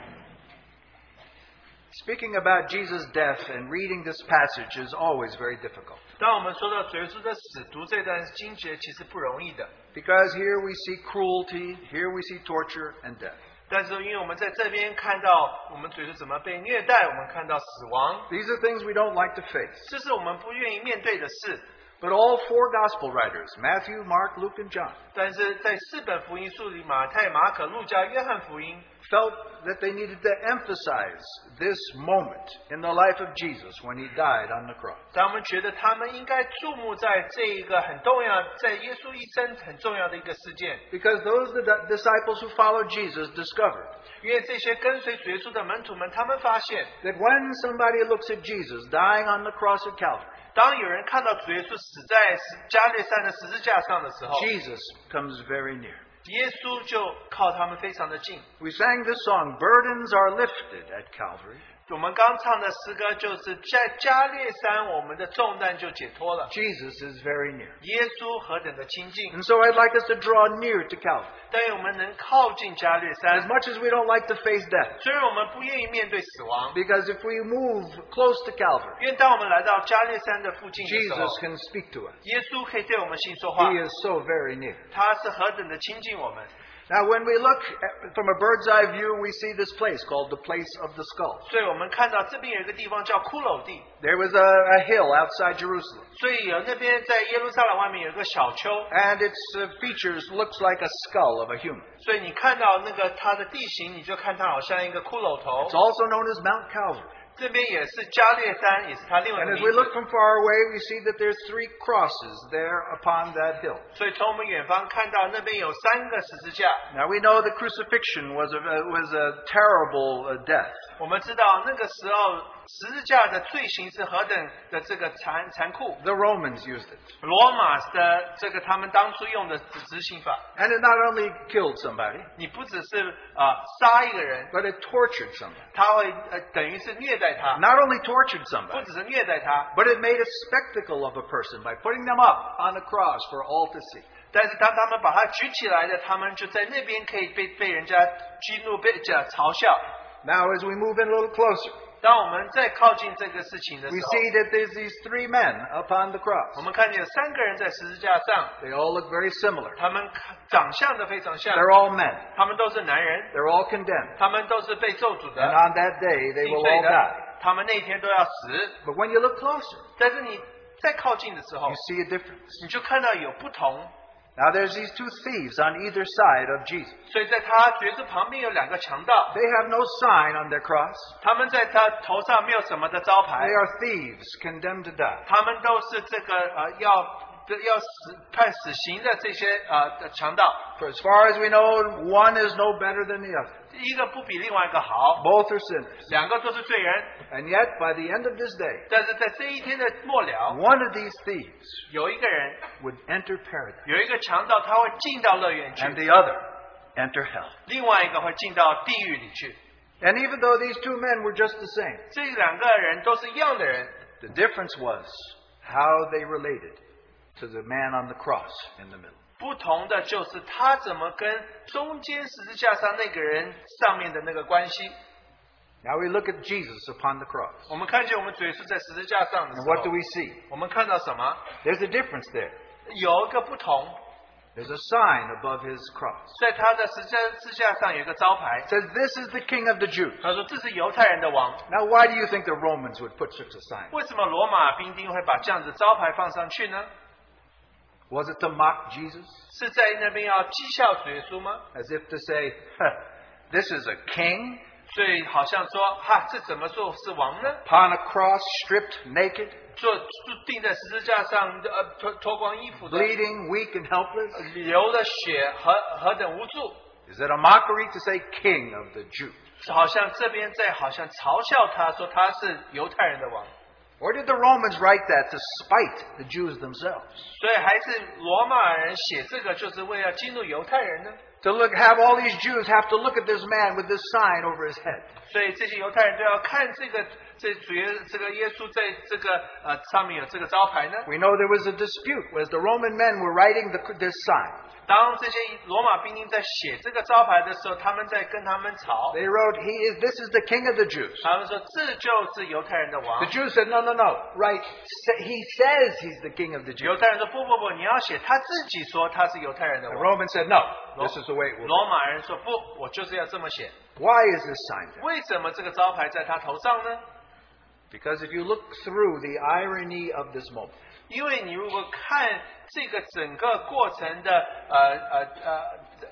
Speaking about Jesus' death and reading this passage is always very difficult
当我们说到主耶稣的死，读这段经节其实不容易的，
because here we see cruelty, here we see torture and death.
但是因为我们在这边看到我们主耶稣怎么被虐待，我们看到死亡，
These are things we don't like to face.
这是我们不愿意面对的事。
But all four gospel writers, Matthew, Mark, Luke, and John,
但是在四本福音书里，马太、马可、路加、约翰福音
felt that they needed to emphasize this moment in the life of Jesus when he died on the cross.
他们觉得他们应该注目在这一个很重要，在耶稣一生很重要的一个事件，
Because those the disciples who followed Jesus discovered
因为这些跟随主耶稣的门徒们，他们发现，
that when somebody looks at Jesus dying on the cross at Calvary,
当有人看到主耶稣死在十加略山的十字架上的时候，
Jesus comes very near.
耶稣就靠他们非常的近。
We sang this song, Burdens Are Lifted at Calvary.
我们刚唱的诗歌就是在加略山，我们的重担就解脱了。
Jesus is very near.
耶稣何等的亲近，
And so I'd like us to draw near to Calvary.
但愿我们能靠近加略
As
山。
much as we don't like to face death,
虽然我们不愿意面对死亡，
because if we move close to Calvary,
愿当我们来到加略山的附近的时候
Jesus，can speak to us.
耶稣可以对我们心说话
He，is so very near.
他是何等的亲近我们。
Now, when we look at, from a bird's eye view, we see this place called the Place of the Skull.
所以我们看到这边有一个地方叫骷髅地，
There was a, a hill outside Jerusalem,
所以有那边在耶路撒冷外面有一个小丘，
and its uh, features looks like a skull of a human.
所以你看到那个它的地形，你就看它好像一个骷髅
It's
头。
also known as Mount Calvary.
这边也是加略山，也是它另外一
And
个
as
名
we look
字。
from far away, we see that there's three crosses there upon that hill.
所以从我们远方看到那边有三个十字架，
Now we know the crucifixion was a, uh, was a terrible uh, death.
我们知道那个时候十字架的罪行是何等的这个残残酷。
The Romans used it.
罗马的这个他们当初用的执执行法，
And it not only killed somebody,
你不只是啊、呃杀一个人，
but it tortured somebody.
他会呃等于是虐待他，
Not only tortured
不
somebody,
只是虐待他，
but it made a spectacle of a person by putting them up on a cross for all to see.
但是当他们把他举起来的，他们就在那边可以被被人家激怒、被这嘲笑。
Now, as we move in a little closer,
当我们再靠近这个事情的时
we
候
see，that there's these three men upon the
我
cross.
们看见有三个人在十字架上，
They all look very similar.
他们看长相都非常像，
They're all men.
他们都是男人，
They're all condemned.
他们都是被咒诅
And
的、
on that day, they
定
will
罪
all
的
die.，
他们那一天都要死。
But when you look closer,
但是你再靠近的时候
you，see a difference.
你就看到有不同。
Now, there's these two thieves on either side of Jesus.
所以在他角色旁边有两个强盗，
They have no sign on their cross.
他们在他头上没有什么的招
They
牌，
are thieves condemned to die.
他们都是这个呃要要死判死刑的这些呃的强盗，
For as far as we know, one is no better than the other.
一个不比另外一个好，
Both are sinners.
两个都是罪人。
And yet, by the end of this day,
但是在这一天的末了，
one of these thieves
有一个人
would enter paradise,
有一个强盗，他会进到乐园
and
去，
the other enter hell.
另外一个会进到地狱里去。
And even though these two men were just the same,
这两个人都是一样的人，
the difference was how they related to the man on the cross in the middle.
不同的就是他怎么跟中间十字架上那个人上面的那个关系。
Now we look at Jesus upon the cross.
我们看见我们主耶稣在十字架上的
And
时
what do
候，
we see?
我们看到什么？
There's a difference there.
有一个不同，
There's a sign above his cross.
在他的十字字架上有一个招牌
It，says, This is the King of the Jews.
他说这是犹太人的王。
Now, why do you think the Romans would put such a sign?
为什么罗马兵丁会把这样子招牌放上去呢？
Was it to mock Jesus?
是在那边要讥笑主耶稣吗？
As if to say, This is a king
所以好像说，哈，这怎么做是王呢？
upon a cross, stripped, naked,
做就钉在十字架上，呃，脱脱光衣服的，
bleeding, weak, and helpless?
流的血何何等无助，
Is it a mockery to say King of the Jews?
好像这边在好像嘲笑他说他是犹太人的王，
Or did the Romans write that to spite the Jews themselves?
所以还是罗马人写这个就是为了激怒犹太人呢？
To look, have all these Jews have to look at this man with this sign over his head.
所以这些犹太人都要看这个这主耶这个耶稣在这个呃上面有这个招牌呢。
We know there was a dispute as the Roman men were writing the, this sign.
当这些罗马兵丁在写这个招牌的时候，他们在跟他们吵，
They wrote, "He is this is the King of the Jews."
他们说这就是犹太人的
The
王。
Jews said, "No, no, no. Right? sa- He says he's the King of the
犹
Jews."
太人说不不不，你要写他自己说他是犹太人的
The
王。
Romans said, "No. This is the way it will."
罗马人说不，我就是要这么写。
be." Why is this sign there?
为什么这个招牌在他头上呢？
Because if you look through the irony of this moment,
因为你如果看这个整个过程的呃呃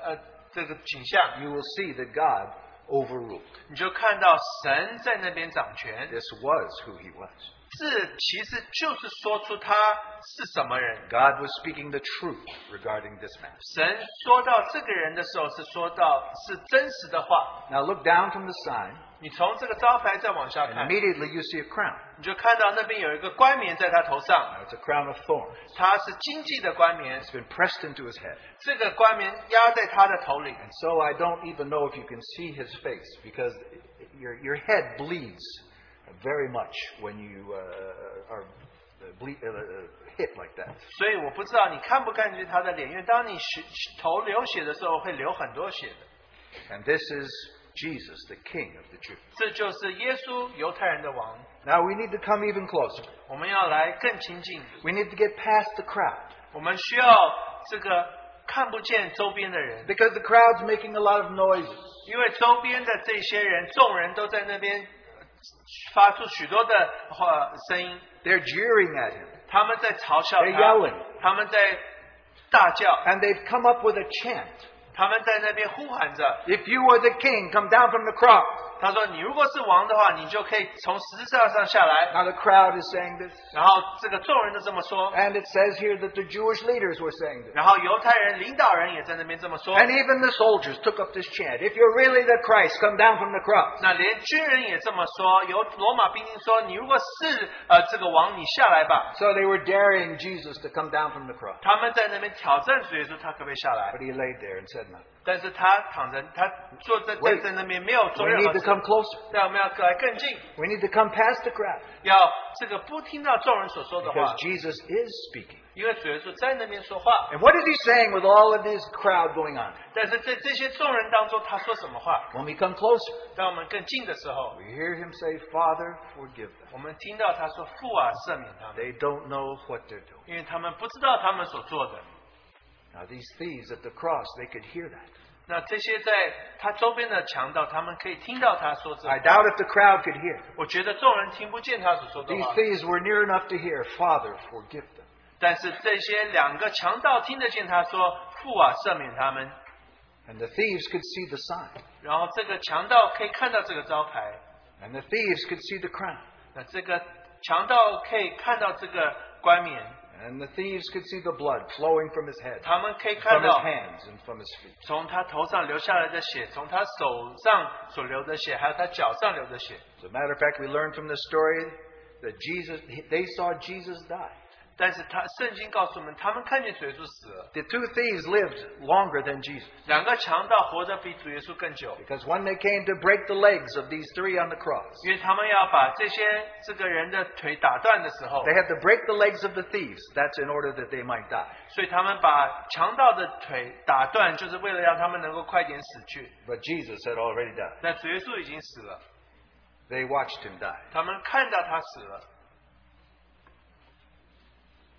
呃呃这个景象，
you will see that God overruled.
你就看到神在那边掌权。
This was who he was.
这其实就是说出他是什么人。
God was speaking the truth regarding this man.
神说到这个人的时候，是说到是真实的话。
Now look down from the sign,
你从这个招牌再往下
and
看，
immediately you see a crown.
你就看到那边有一个冠冕在他头上，
Now, Uh, it's a crown of thorns.
他是经济的冠冕，
It's been pressed into his head.
这个冠冕压在他的头里，
And so I don't even know if you can see his face because your, your head bleeds very much when you uh, are ble- uh, uh, hit like that.
所以我不知道你看不看见他的脸，因为当你血头流血的时候会流很多血的。
And this is Jesus, the King of the Jews.
这就是耶稣犹太人的王。
Now we need to come even closer.
我们要来更亲近，
We need to get past the crowd
我们需要这个看不见周边的人，
because the crowd's making a lot of noises.
因为周边的这些人，众人都在那边呃发出许多的话声音，
They're jeering at him
他们在嘲笑
They're yelling.
他，他们在大叫，
and they've come up with a chant.
他们在那边呼喊着。
If you are the king, come down from the cross.
他说：“你如果是王的话，你就可以从十字架上下来。”
Now the crowd is saying this.
然后这个众人都这么说，
And it says here that the Jewish leaders were saying this.
然后犹太人领导人也在那边这么说，
And even the soldiers took up this chant. If you're really the Christ, come down from the cross.
那连军人也这么说，由罗马兵丁说：“你如果是呃这个王，你下来吧。
So they were daring Jesus to come down from the cross. ”
他们在那边挑战主耶稣，他可不可以下来？
But he laid there and said nothing.
但是他躺着，他坐在
Wait.
站在那边没有做
We
任
need
何
to come
事。
closer.
但我们要来更近，
We need to come past the crowd.
要这个不听到众人所说的
Because
话，
Jesus is speaking.
因为主耶稣在那边说话。
And what is he saying with all of this crowd going on?
但是在这些众人当中，他说什么话？
When we come closer,
当我们更近的时候，
we hear him say, Father, forgive them.
我们听到他说：“父啊，赦免他们，
They don't know what they're doing.
因为他们不知道他们所做的。”
Now, these thieves at the cross, they could hear that.
那这些在他周边的强盗，他们可以听到他说这
I
话。
doubt if the crowd could hear.
我觉得众人听不见他所说的
These
话，
thieves were near enough to hear, Father, forgive them.
但是这些两个强盗听得见他说：“父啊，赦免他们。
And the thieves could see the sign. ”
然后这个强盗可以看到这个招牌，
And the thieves could see the crown.
那这个强盗可以看到这个冠冕，
And the thieves could see the blood flowing from his head,
他们可以看
from his
到
hands, and from his feet.
从他头上流下来的血，从他手上所流的血，还有他脚上流的血。
As a matter of fact, we learn from this story that Jesus, they saw Jesus die.
但是他圣经告诉我们，他们看见主耶稣死了，
The two thieves lived longer than Jesus
两个强盗活得比主耶稣更久。
because when they came to break the legs of these three on the cross,
因为他们要把这些这个人的腿打断的时候
they，had to break the legs of the thieves. That's in order that they might die.
所以他们把强盗的腿打断，就是为了让他们能够快点死去。
But Jesus had already died.
那主耶稣已经死了，
They watched him die.
他们看到他死了。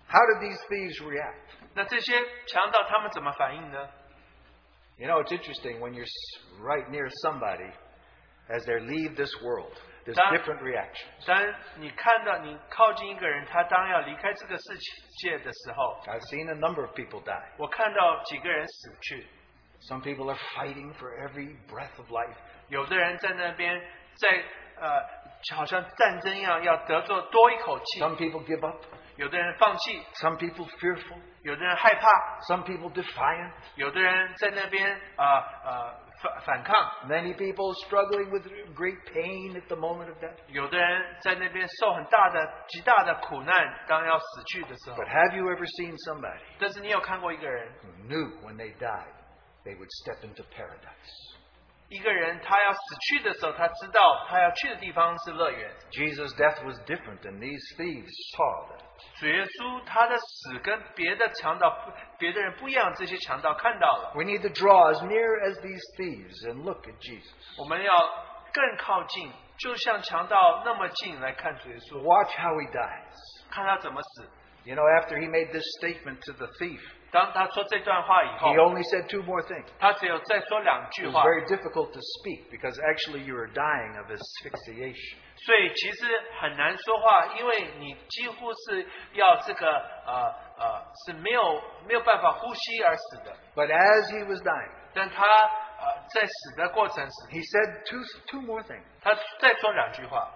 How did these thieves react?
那这些强盗他们怎么反应呢？
You know, it's interesting when you're s- right near somebody as they leave this world, there's
That-
different reactions.
当你看到你靠近一个人，他当要离开这个世界的时候，
I've seen a number of people die.
我看到几个人死去，
Some people are fighting for every breath of life.
有的人在那边在呃，好像战争一样，要得做多一口气；
Some people give up.
有的人放弃，
Some people fearful.
有的人害怕，
Some people defiant.
有的人在那边啊啊反反抗，
Many people struggling with great pain at the moment of death.
有的人在那边受很大的极大的苦难，当要死去的时候
But。have you ever seen somebody
但是你有看过一个人，
who knew when they died they would step into paradise?
一个人他要死去的时候，他知道他要去的地方是乐园。
Jesus' death was different, and these thieves saw that.
主耶稣他的死跟别的强盗不、别的人不一样，这些强盗看到了，
We need to draw as near as these thieves and look at Jesus.
我们要更靠近，就像强盗那么近来看主耶稣，
Watch how he dies.
看他怎么死。
You know, after he made this statement to the thief,
当他说这段话以
he
后，
only said two more things.
他只有再说两
It
句
was
话，
very difficult to speak because actually you were dying of asphyxiation.
所以其实很难说话，因为你几乎是要这个呃呃是没有没有办法呼吸而死的，
But as he was dying,
但他呃在死的过程死，
he said two, two more things.
他再说两句话，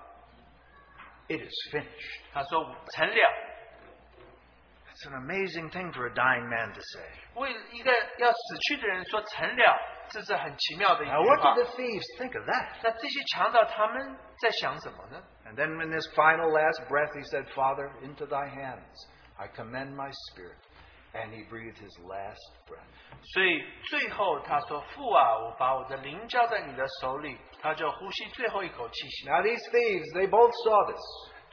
It is finished.
他说成了。
It's an amazing thing for a dying man to say.
为一个要死去的人说成了，这是很奇妙的一
Now,
句
what
话
did。the thieves think of that?
那这些强盗他们在想什么呢？
And then in his final last breath, he said, Father, into thy hands I commend my spirit. And he breathed his last breath.
所以最后他说：“父啊，我把我的灵交在你的手里。”他就呼吸最后一口气息。
Now, these thieves, they both saw this,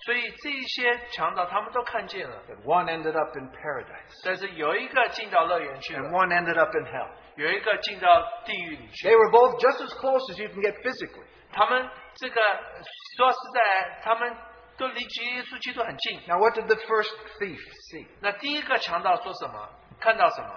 所以这一些强盗他们都看见了，
but one ended up in paradise,
但是有一个进到乐园去
and
了，
one ended up in hell.
有一个进到地狱里去。
They were both just as close as you can get physically.
他们这个说实在，他们都离耶稣基督很近。
Now, what did the first thief see?
那第一个强盗说什么？看到什么？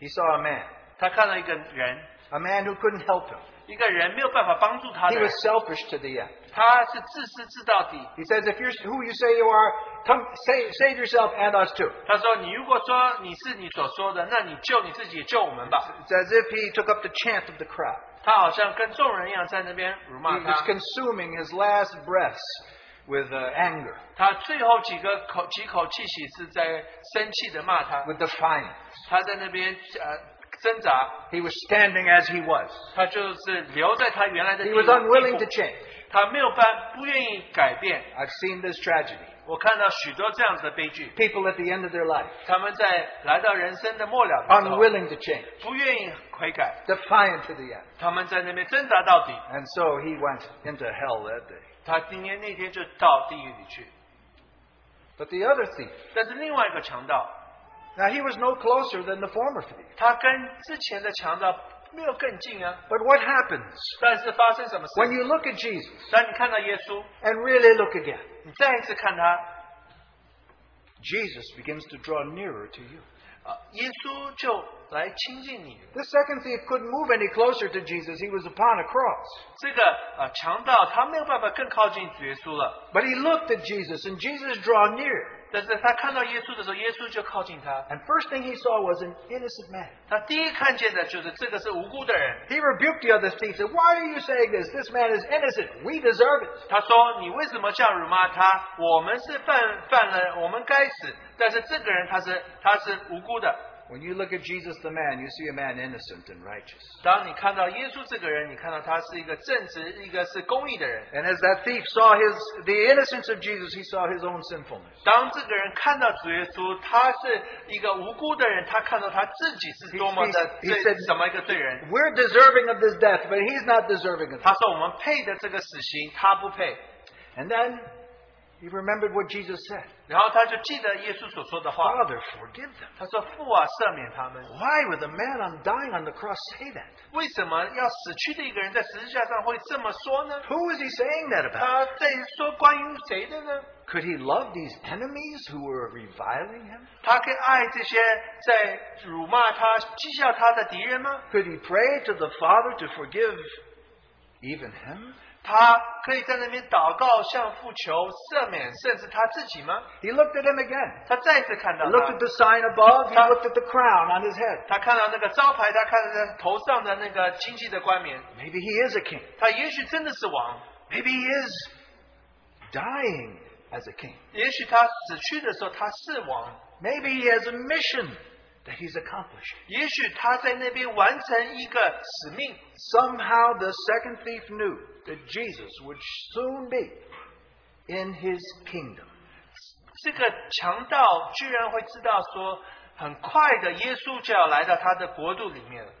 He saw a man,
他看到一个人，
a man who couldn't help him.
一个人没有办法帮助他
He
的人
was，selfish to the end.
他是自私自到底。
He says, If you're who you say you are, come save, save yourself and us too.
他说：“你如果说你是你所说的，那你救你自己，也救我们吧。
It's as if he took up the chant of the crowd. ”
他好像跟众人一样在那边辱
He
骂
was
他。
consuming his last breaths with uh, anger,
他最后几个口几口气息是在生气的骂他，
with defiance.
他在那边呃挣扎，
He was standing as he was.
他就是留在他原来的
He
地
was unwilling
步，
to change.
他没有办不愿意改变。
I've seen this tragedy.
我看到许多这样子的悲剧，
People at the end of their life,
他们在来到人生的末了的时候，
unwilling to change,
不愿意悔改，
defiant to the end.
他们在那边挣扎到底。
And so he went into hell that day.
他今天那天就到地狱里去。
But the other thief,
但是另外一个强盗，
now he was no closer than the former thief.
他跟之前的强盗没有更近啊。
But what happens
但是发生什么
when
事？
you look at Jesus
当你看到耶稣，
and really look again?
你再一次看他，
Jesus begins to draw nearer to you.
啊，耶稣就来亲近你。
The second thief couldn't move any closer to Jesus. He was upon a cross.
这个呃强盗他没有办法更靠近主耶稣了，
But he looked at Jesus, and Jesus draw near.
但是他看到耶稣的时候，耶稣就靠近他。
And first thing he saw was an innocent man.
他第一看见的就是这个是无辜的人。
He rebuked the other thief, said, Why are you saying this? This man is innocent. We deserve it.
他说：“你为什么这样辱骂他？我们是犯犯了，我们该死。但是这个人他是他是无辜的。
When you look at Jesus the man, you see a man innocent and righteous.
当你看到耶稣这个人，你看到他是一个正直、一个是公义的人。
And as that thief saw his the innocence of Jesus, he saw his own sinfulness.
当这个人看到主耶稣，他是一个无辜的人，他看到他自己是多么的
He- he- he said-
罪，什么一个罪人。
We're deserving of this death, but he's not deserving of it.
他说：“我们配的这个死刑，他不配。
And then He remembered what Jesus said
然后他就记得耶稣所说的话，
Father, forgive them.
他说：“父啊，赦免他们。
Why would the man on dying on the cross say that? ”
为什么要死去的一个人在十字架上会这么说呢？
Who was he saying that about?
他在说关于谁的呢？
Could he love these enemies who were reviling him?
他可以爱这些在辱骂他、讥笑他的敌人吗？
Could he pray to the Father to forgive even him?
他可以在那边祷告，向父求赦免，甚至他自己吗？
He looked at him again.
他再次看到
He looked at
他，
the sign above. He looked at the crown on his head.
他看到那个招牌，他看到他头上的那个荆棘的冠冕，
Maybe he is a king.
他也许真的是王，
Maybe he is dying as a king.
也许他死去的时候他是王，
Maybe he has a mission that he's accomplishing.
也许他在那边完成一个使命。
Somehow the second thief knew that Jesus would soon be in his kingdom.
这个强盗居然会知道说，很快的耶稣就要来到他的国度里面了。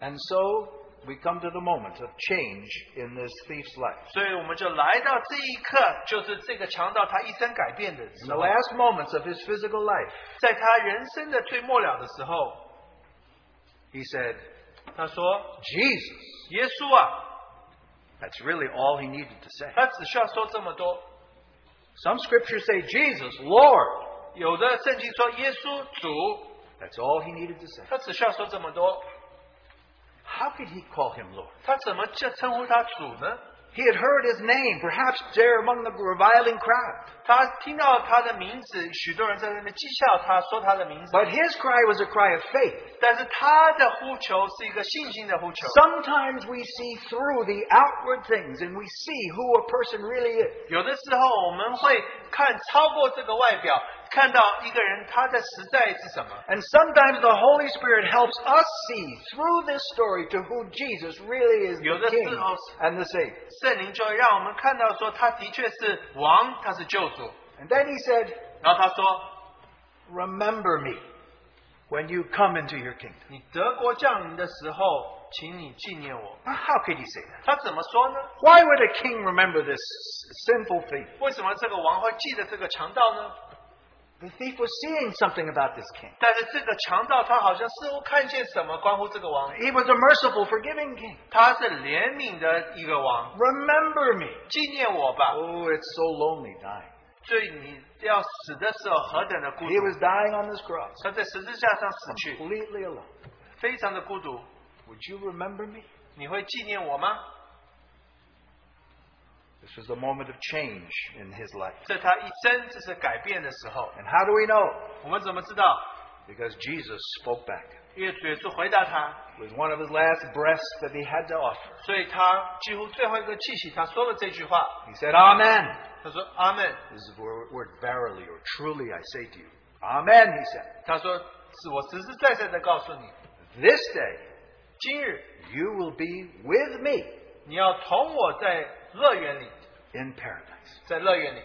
And so we come to the moment of change in this thief's life.
所以我们就来到这一刻，就是这个强盗他一生改变的
In
时
the
候，
last moments of his physical life,
在他人生的最末了的时候，
he said,
他说
Jesus.：“
耶稣啊，
That's really all he needed to say.
他只需要说这么多。
Some scriptures say, Jesus, Lord. ”
有的圣经说耶稣主，
That's all he needed to say.
他只需要说这么多，
How could he call him Lord?
他怎么就称呼他主呢？
He had heard his name, perhaps there among the reviling crowd.
他听到他的名字，许多人在那边讥笑他，说他的名字，
But his cry was a cry of faith.
但是他的呼求是一个信心的呼求。
Sometimes we see through the outward things and we see who a person really is.
有的时候我们会看超过这个外表，看到一个人他的实在是什么。哎
And sometimes the Holy Spirit helps us see through this story to who Jesus really is the King and the Savior.
圣灵就让我们看到说，他的确是王，他是救主。
And then he said,
然后他说
Remember me when you come into your kingdom.：“
你德国降临的时候，请你纪念我。
Now, How could he say that? ”
他怎么说呢？
Why would a king remember this sinful thief?
为什么这个王会记得这个强盗呢？
The thief was seeing something about this king.
但是这个强盗他好像似乎看见什么关乎这个王，
He was a merciful, forgiving king.
他是怜悯的一个王，
Remember me.
纪念我吧。
Oh, it's so lonely dying.
所以你要死的时候何等的孤
He
独！
was dying on this cross,
他在十字架上死去，
completely alone.
非常的孤独。
Would you remember me?
你会纪念我吗？
This was the moment of change in his life.
这他一生这是改变的时候。
And how do we know?
我们怎么知道？
Because Jesus spoke back.
因为主耶稣回答他，
It was one of his last breaths that he had to offer.
所以他几乎最后一个气息，他说了这句话，
He said, Amen.
他说阿门，
This is the word word verily or truly I say to you. Amen, he said.
他说是我实实在在的告诉你，
This day
今日
you will be with me
你要同我在乐园里，
in paradise.
在乐园里，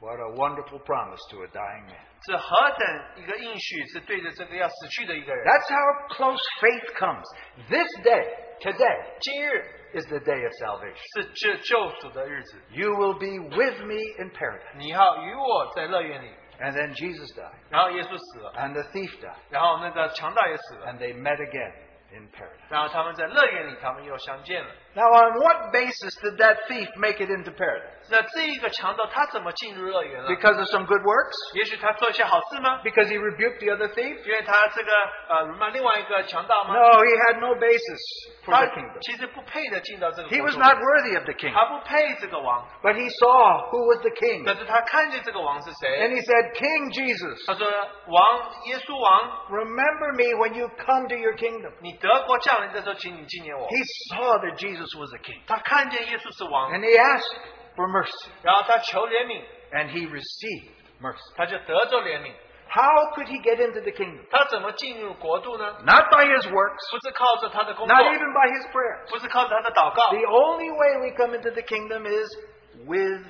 What a wonderful promise to a dying man.
是何等一个应许，是对着这个要死去的一个人。
That's how close faith comes. This day, today,
今日
is the day of salvation.
是这救赎的日子，
You will be with me in paradise.
你要与我在乐园里。
And then Jesus died,
然后耶稣死了，
and the thief died,
然后那个强盗也死了，
and they met again in paradise.
然后他们在乐园里，他们又相见了。
Now, on what basis did that thief make it into paradise?
那这一个强盗他怎么进入乐园了？
Because of some good works?
也许他做一些好事吗？
Because he rebuked the other thief?
因为他这个呃辱骂另外一个强盗吗？
No, he had no basis for
他
the kingdom.
其实不配的进到这个
He
国
was
度，
not worthy of the king,
他不配这个王。
but he saw who was the king.
但是他看见这个王是
And
谁，
he said, King Jesus,
他说：“王，耶稣王，
remember me when you come to your kingdom.
你德国降临的时候，请你纪念我。
He saw that Jesus was a king. ”
他看见耶稣是王，
And he asked for mercy.
然后他求怜悯，
And he received mercy.
他就得着怜悯。
How could he get into the kingdom?
他怎么进入国度呢？
Not by his works,
不是靠着他的工作，
not even by his prayers.
不是靠着他的祷告。
The only way we come into the kingdom is with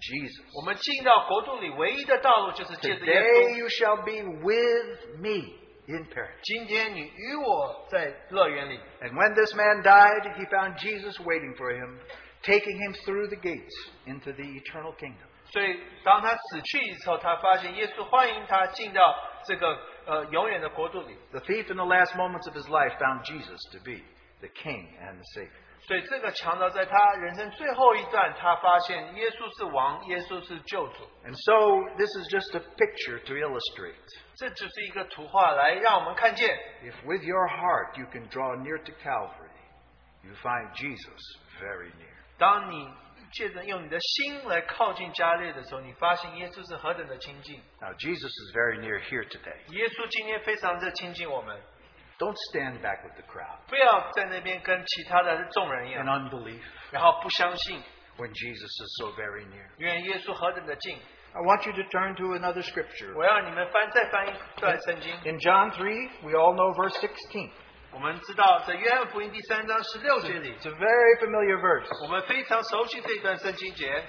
Jesus.
我们进到国度里唯一的道路就是借着耶
Today
稣。
you shall be with me in paradise.
今天你与我在乐园里，
And when this man died, he found Jesus waiting for him, taking him through the gates into the eternal kingdom.
所以当他死去以后，他发现耶稣欢迎他进到这个呃永远的国度里。
The thief in the last moments of his life found Jesus to be the King and the Savior.
所以这个强调在他人生最后一段，他发现耶稣是王，耶稣是救主。
And so this is just a picture to illustrate.
这只是一个图画，来让我们看见，
If with your heart you can draw near to Calvary, you find Jesus very near.
当你借着用你的心来靠近加略的时候，你发现耶稣是何等的亲近。
Now, Jesus is very near here today.
耶稣今天非常的亲近我们，
Don't stand back with the crowd
不要在那边跟其他的众人一
嗯
in
样，
unbelief
然后不相信，
when Jesus is so very near.
愿耶稣何等的近。
I want you to turn to another scripture.
我要你们翻再翻一段圣经。
In John 3, we all know verse 16.
我们知道，在约翰福音第三章十六节里，
It's a very familiar verse.
我们非常熟悉这段圣经节。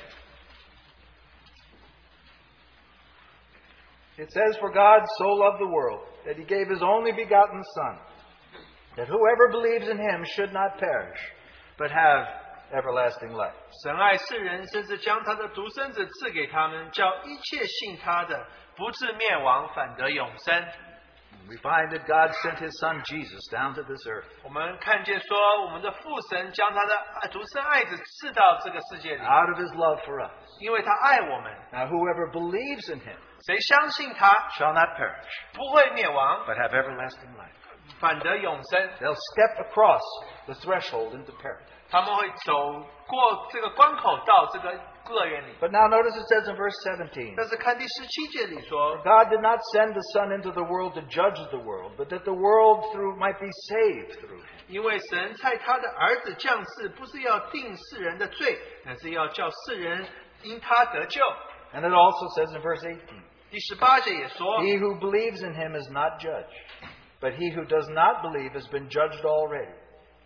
It says, For God so loved the world that he gave his only begotten Son, that whoever believes in him should not perish, but have everlasting life.
神爱世人，甚至将他的独生子赐给他们，叫一切信他的不至灭亡，反得永生。
We find that God sent his Son Jesus down to this earth.
我们看见说，我们的父神将他的爱独生爱子赐到这个世界里，
out of his love for us.
因为他爱我们。
啊 Now, whoever believes in him
谁相信他
shall not perish,
不会灭亡，
but have everlasting life.
反得永生。
They'll step across the threshold into paradise.
他们会走过这个关口到这个乐园里。
But now, notice it says in verse 17
但是看第十七节里说，
God did not send the Son into the world to judge the world, but that the world through might be saved through him.
因为神差他的儿子降世，不是要定世人的罪，乃是要叫世人因他得救。
And it also says in verse 18
第十八节也说，
He who believes in him is not judged, but he who does not believe has been judged already,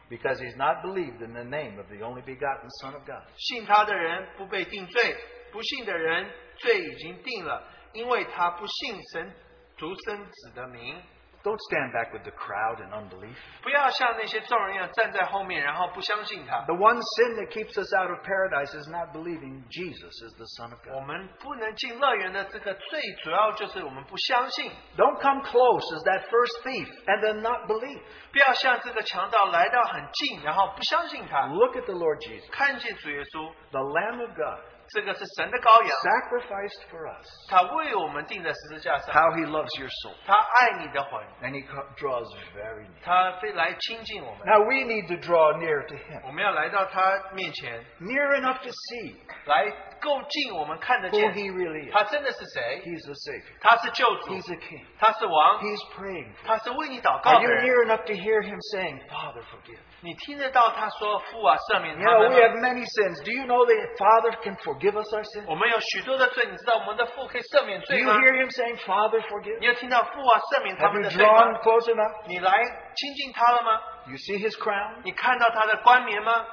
because he's not believed in the name of the only begotten Son of God.
信他的人不被定罪，不信的人罪已经定了，因为他不信神独生子的名。
Don't stand back with the crowd in unbelief.
不要像那些众人一样站在后面，然后不相信他。
The one sin that keeps us out of paradise is not believing Jesus is the Son of
我
God.
们不能进乐园的这个最主要就是我们不相信，
Don't come close as that first thief and then not believe.
不要像这个强盗来到很近，然后不相信他。
Look at the Lord Jesus,
看见主耶稣，
the Lamb of God,
这个是神的羔羊，
sacrificed for us.
他为我们钉在十字架上，
How he loves your soul,
他爱你的魂，
and he co- draws very near.
他非来亲近我们。
Now we need to draw near to him,
我们要来到他面前，
near enough to see
来够近我们看得
who
见
he really is.
他真的是谁，
He's the Savior.
他是救主
He's，a King.
他是王，
He's praying.
他是为你祷告
Are
的
you
人。
near enough to hear him saying, Father, forgive?
你听得到他说父啊赦免
You
他
know,
们
we
吗
have many sins. Do you know that Father can forgive us our sins?
我们有许多的罪，你知道我们的父可以赦免
Do
罪
you
吗？
hear him saying, Father, forgive?
你有听到父啊赦免他
Have
们
you
的罪吗
drawn？close enough?
你来亲近他了吗？
You see his crown?
你看到他的冠冕吗？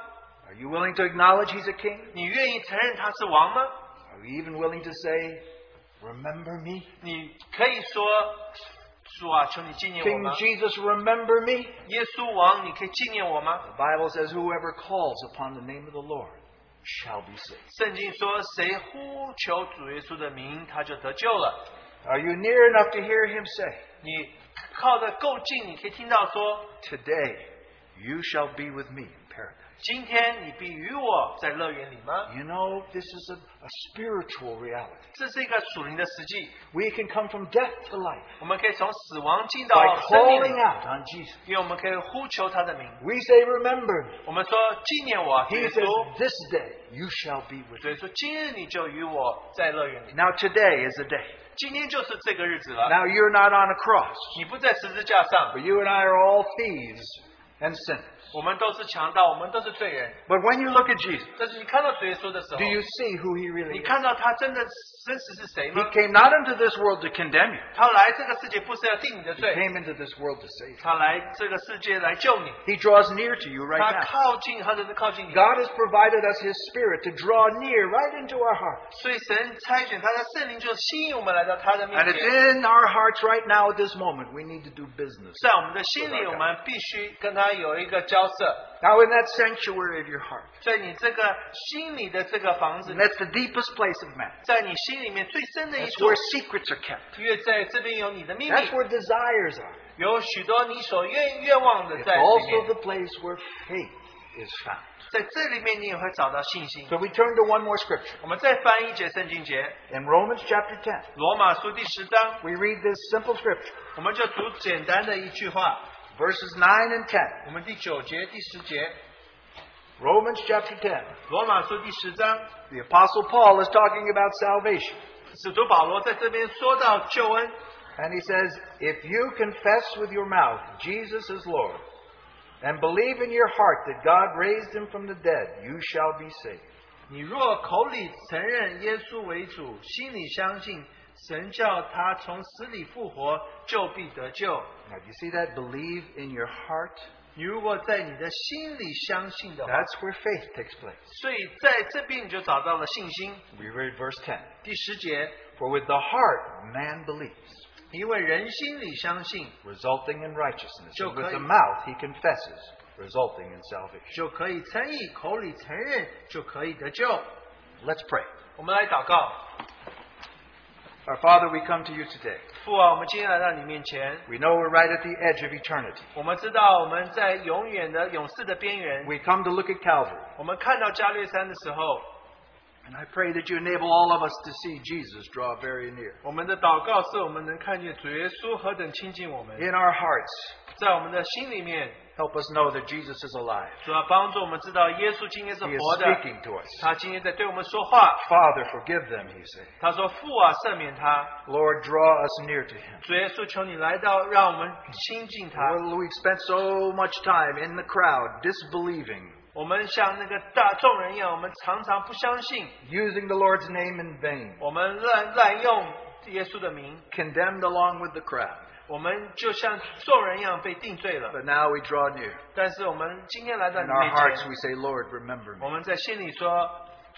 Are you willing to acknowledge he's a king?
你愿意承认他是王吗？
Are you even willing to say, Remember me?
你可以说主啊，求你纪念我
King
吗？
Jesus, remember me?
耶稣王，你可以纪念我吗？
The Bible says, Whoever calls upon the name of the Lord shall be saved.
圣经说，谁呼求主耶稣的名，他就得救了。
Are you near enough to hear him say,
你靠得够近，你可以听到说，
Today you shall be with me in paradise?
今天你必与我在乐园里吗？
You know, this is a, a spiritual reality.
这是一个属灵的实际，
We can come from death to life
我们可以从死亡进到
by
生命
calling
里，
out on Jesus.
因为我们可以呼求他的名。
We say, Remember me.
我们说纪念我，主
He
耶
says,
稣，
This day you shall be with
所以说今日你就与我在乐园里
me.。Now, today is the day.
今天就是这个日子了，
Now, you're not on a cross,
你不在十字架上，
but you and I are all thieves and sinners.
我们都是强盗，我们都是罪人。
But when you look at Jesus,
但是你看到主耶稣的时候
do，you see who he really
你
is?
看到他真的真实是谁
He
吗？
came not into this world to condemn you,
他来这个世界不是要定你的
he
罪，
came into this world to save you.
他来这个世界来救你，
He draws near to you
他
right now.
靠近，他就是靠近你。
God has provided us his spirit to draw near right into our hearts.
所以神差遣他的圣灵，就吸引我们来到他的面
And
前。
it's in our hearts right now at this moment. We need to do business.
在我们的心
是
里，
的
我们必须跟他有一个
萧瑟，
Now, in that sanctuary of your heart,
在你这个心里的这个房子
and
里，
that's the deepest place of man.
在你心里面最深的一
That's
处
where，secrets are kept.
因为在这边有你的秘密，
That's where desires are.
有许多你所愿愿望的
It's
在里
also
面，
the place where faith is found.
在这里面你也会找到信心。
So we turn to one more scripture.
我们再翻一节圣经节，
In Romans chapter 10,
罗马书第十章，
we read this simple scripture,
我们就读简单的一句话，
verses 9 and 10.
我们第九节、第十节，
Romans chapter 10.
罗马书第十章，
The Apostle Paul is talking about salvation.
使徒保罗在这边说到救恩，
And he says, If you confess with your mouth Jesus is Lord, and believe in your heart that God raised him from the dead, you shall be saved.
你若口里承认耶稣为主，心里相信神叫他从死里复活，就必得救。
Now, do you see that? Believe in your heart.
你如果在你的心里相信的话，
That's where faith takes place.
所以在这边你就找到了信心。
We read verse 10.
第十节，
For with the heart man believes,
因为人心里相信，
resulting in righteousness,
So
and with the
Christ-
mouth he confesses, resulting in salvation.
就可以称义；口里承认，就可以得救。
Let's pray.
我们来祷告，
Our Father, we come to you today.
父啊，我们今天来到你面前，
We know we're right at the edge of eternity.
我们知道我们在永远的永世的边缘。
We come to look at Calvary.
我们看到加略山的时候，
And I pray that you enable all of us to see Jesus draw very near.
我们的祷告是我们能看见主耶稣何等亲近我们，
In our hearts,
在我们的心里面，
help us know that Jesus is alive.
主要帮助我们知道耶稣今天是
He is
活的，
speaking to us.
他今天在对我们说话。
Father, forgive them, he said.
他说：“父啊，赦免他，
Lord, draw us near to him.
主耶稣，求你来到，让我们亲近他。
Well, we've spent so much time in the crowd disbelieving,
我们像那个大众人一样，我们常常不相信，
using the Lord's name in vain,
我们滥滥用耶稣的名，
condemned along with the crowd.
我们就像众人一样被定罪了。
But now we draw near.
但是我们今天来到
In
你
our
面
hearts,
前，
we say, Lord, remember me.
我们在心里说：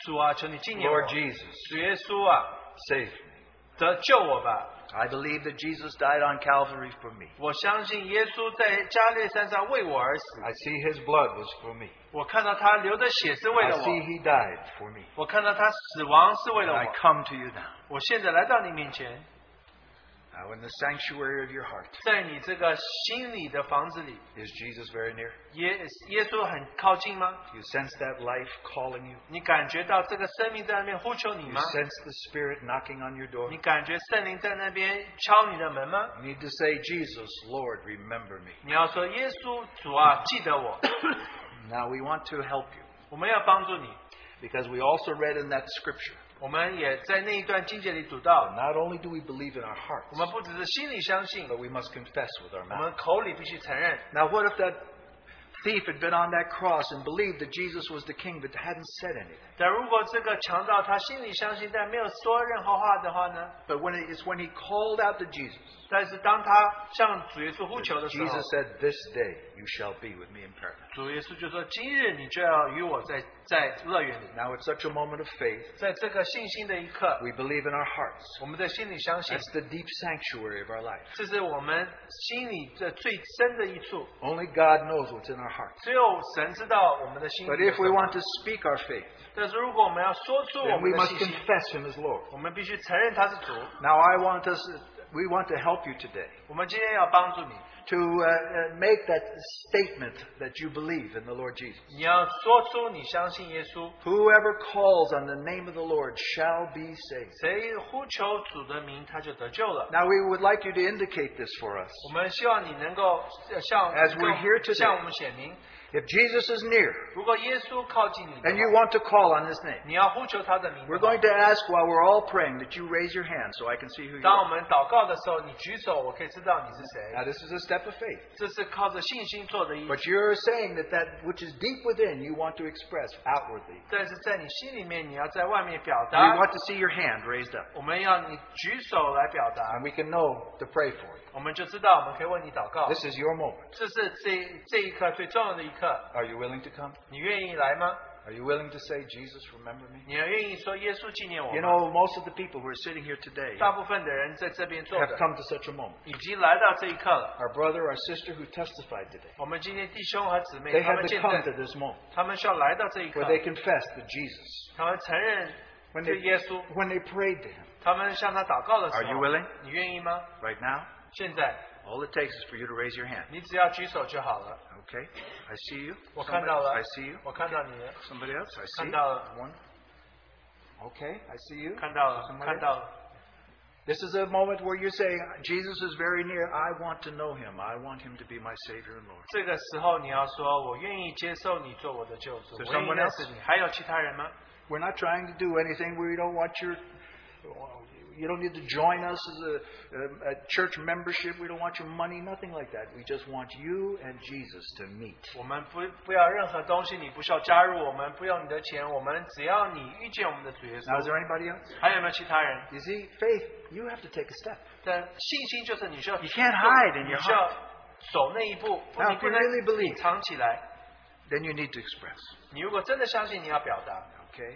主啊，求你纪念我
Lord。Jesus,
主耶稣啊，
save me.
得救我吧！
I believe that Jesus died on Calvary for me.
我相信耶稣在加略山上为我而死，
I see his blood was for me.
我看到他流的血是为了
I see
我，
he died for me.
我看到他死亡是为
And
了
I
我。
come to you now,
我现在来到你面前，
now in the sanctuary of your heart.
在你这个心里的房子里，
Is Jesus very near?
耶耶稣很靠近吗？
Do you sense that life calling you?
你感觉到这个生命在那边呼求你
Do
吗
you？sense the Spirit knocking on your door?
你感觉圣灵在那边敲你的门吗？
You need to say, Jesus, Lord, remember me.
你要说耶稣主啊，记得我，
Now we want to help you
我们要帮助你。
because we also read in that scripture
我们也在那一段经节里读到
that，not only do we believe in our hearts,
我们不只是心里相信，
but we must confess with our
我们
mouth.
口里必须承认。
Now, what if that thief had been on that cross and believed that Jesus was the king but hadn't said anything?
但如果这个强盗他心里相信，但没有说任何话的话呢？
But when it, it's when he called out to Jesus,
但是当他向主耶稣呼求的时候，
Jesus said, This day you shall be with me in paradise.
主耶稣就说：“今日你就要与我在在乐园里。
Now, at such a moment of faith, ”
在这个信心的一刻，
we believe in our hearts.
我们在心里相信，
That's the deep sanctuary of our life.
这是我们心里的最深的一处。
Only God knows what's in our hearts.
只有神知道我们的心里
But
有
if
什
we
么。
want to speak our faith,
但是如果我们要说出我
then
们的
we must
信心，
confess Him as Lord.
我们必须承认他是主。
Now, I want us, we want to help you today
我们今天要帮助你，
to uh, uh, make that statement that you believe in the Lord Jesus.
你要说出你相信耶稣。
Whoever calls on the name of the Lord shall be saved.
谁呼求主的名，他就得救了。
Now, we would like you to indicate this for us.
我们希望你能够呃向
As we're here today.
向我们显明，
If Jesus is near
如果耶稣靠近你的
and you
话，
want to call on His name,
你要呼求他的名的话。
We're going to ask while we're all praying that you raise your hand so I can see who you
当我
are.
们祷告的时候，你举手，我可以知道你是谁。
Now, this is a step of faith.
这是靠着信心做的一，
But you're saying that that which is deep within you want to express outwardly.
但是在你心里面，你要在外面表
We
达。
want to see your hand raised up.
我们要你举手来表达
And，we can know to pray for you.
我们就知道我们可以为你祷告。
This is your moment.
这是这这一刻最重要的一刻，
Are you willing to come?
你愿意来吗？
Are you willing to say, Jesus, remember me?
你要愿意说耶稣纪念我
You
吗？
know, most of the people who are sitting here today
大部分的人在这边坐
have
着，
come to such a moment.
已经来到这一刻了。
Our brother, our sister who testified today,
我们今天弟兄和姊妹
they
他
had
们
to
见
come to
证，
this moment
他们需要来到这一刻
where，they confessed that Jesus,
他们承认
when
是耶
they,
稣，
when they prayed to him.
他们向他祷告的
Are
时
you
候，
willing?
你愿意吗？
Right now?
现在
All it takes is for you to raise your hand.
你只要举手就好了。
Okay. I see you.
我
Somebody
看到
else?
了
I see you.，
我看到你了，
Somebody else? I see you.
Kandala.
One. Okay, I see you.
看到了，
Somebody
看
else?
到了。
This is a moment where you're saying, Jesus is very near. I want to know him. I want him to be my Savior and Lord.
这个时候你要说，我愿意接受你做我的救主，
So
我愿意
someone
认识
else?
你。还有其他人吗？
We're not trying to do anything where you don't want your. You don't need to join us as a, a, a church membership. We don't want your money, nothing like that. We just want you and Jesus to meet.
我们不不要任何东西，你不需要加入我们，不要你的钱，我们只要你遇见我们的主耶
Now, is
稣。
there anybody else?
还有没有其他人？
You see, faith, you have to take a step.
但信心就是你需要
You can't hide in your
你需要走那一步，不
Now,
你
if
不
you
能
really believe
隐藏起来。
Then you need to express.
你如果真的相信，你要表达。
Okay?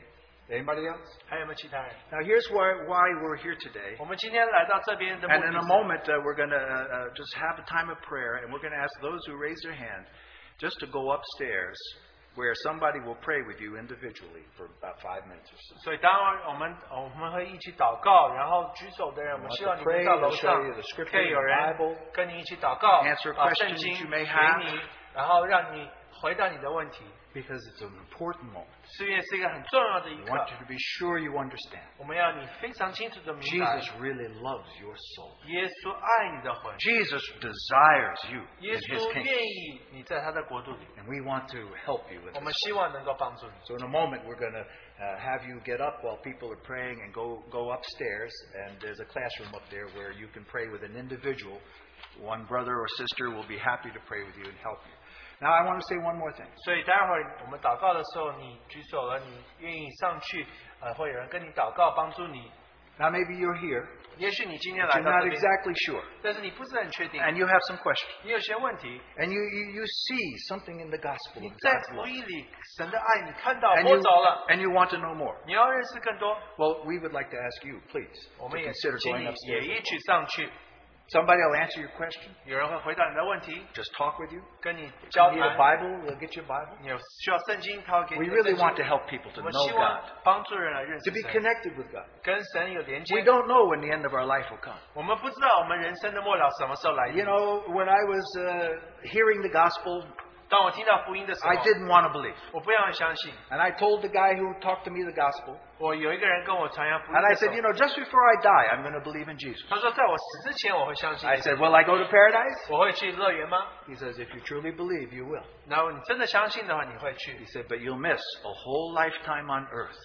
Anybody else?
还有没有其他人？
Now, here's why, why we're here today.
我们今天来到这边的目
And in
的
a
是
moment, uh, we're going to uh, uh, just have a time of prayer, and we're going to ask those who raise their hand just to go upstairs where somebody will pray with you individually for about five minutes or so.
所以当然我们呃我们会一起祷告，然后举手的人，我们
want
希望
to
你
pray,
们到楼
we'll
上
show you the scripture,
可以有
the Bible,
人跟你一起祷告，
answer
把
questions
圣经
you may have
给你，然后让你回答你的问题。
Because it's an important moment.
四月是一个很重要的一
We
刻
want，you to be sure you understand.
我们要你非常清楚的明白，
Jesus really loves your soul.
耶稣爱你的魂，
Jesus desires you
耶
in his
稣
kingdom.
愿意你在他的国度里，
And we want to help you with
我们
this.
希望能够帮助你。
So in a moment, we're going to uh, have you get up while people are praying and go, go upstairs. And there's a classroom up there where you can pray with an individual. One brother or sister will be happy to pray with you and help you. Now, I want to say one more thing.
所以待会儿我们祷告的时候，你举手了，你愿意上去，呃，会有人跟你祷告帮助你。
Now, maybe you're here,
也许你今天
but
来
you're
到
not
这边，
exactly sure.
但是你不是很确定，
And you have some questions.
你有些问题，
And you, you, you see something in the gospel
你
of
在
God's
福
love.
音里神的爱，你看到
And
摸
you,
着了，
and you want to know more.
你要认识更多。
Well, we would like to ask you, please,
我
to
们也
consider
请
going
你
upstairs.
也一起上去，
Somebody will answer your question,
有人会回答你的问题，
just talk with you.
跟你
If
交
you need a
谈。
Bible, we'll get you a Bible.
你有需要圣经，他会给
We
你的
really
圣
want to
经。
help people to
我们
know
希
God,
望帮助人来认
to
识
be
神，
connected with God.
跟神有连接
We。don't know when the end of our life will come.
我们不知道我们人生的末了什么时候来
You
临。
know, when I was uh, hearing the gospel,
当我听到福音的时
I
候，
didn't want to believe.
我不要相信。
And I told the guy who talked to me the gospel,
我有一个人跟我传扬福音
and
的
I
时
said,
候
you know, just before I die, I'm going to believe in Jesus.
他说在我死之前我会相信你。
I said, will I go to paradise?
我会去乐园吗？
He says, if you truly believe, you will.
然后你真的相信的话，你会去
He。said, but you'll miss a whole lifetime on earth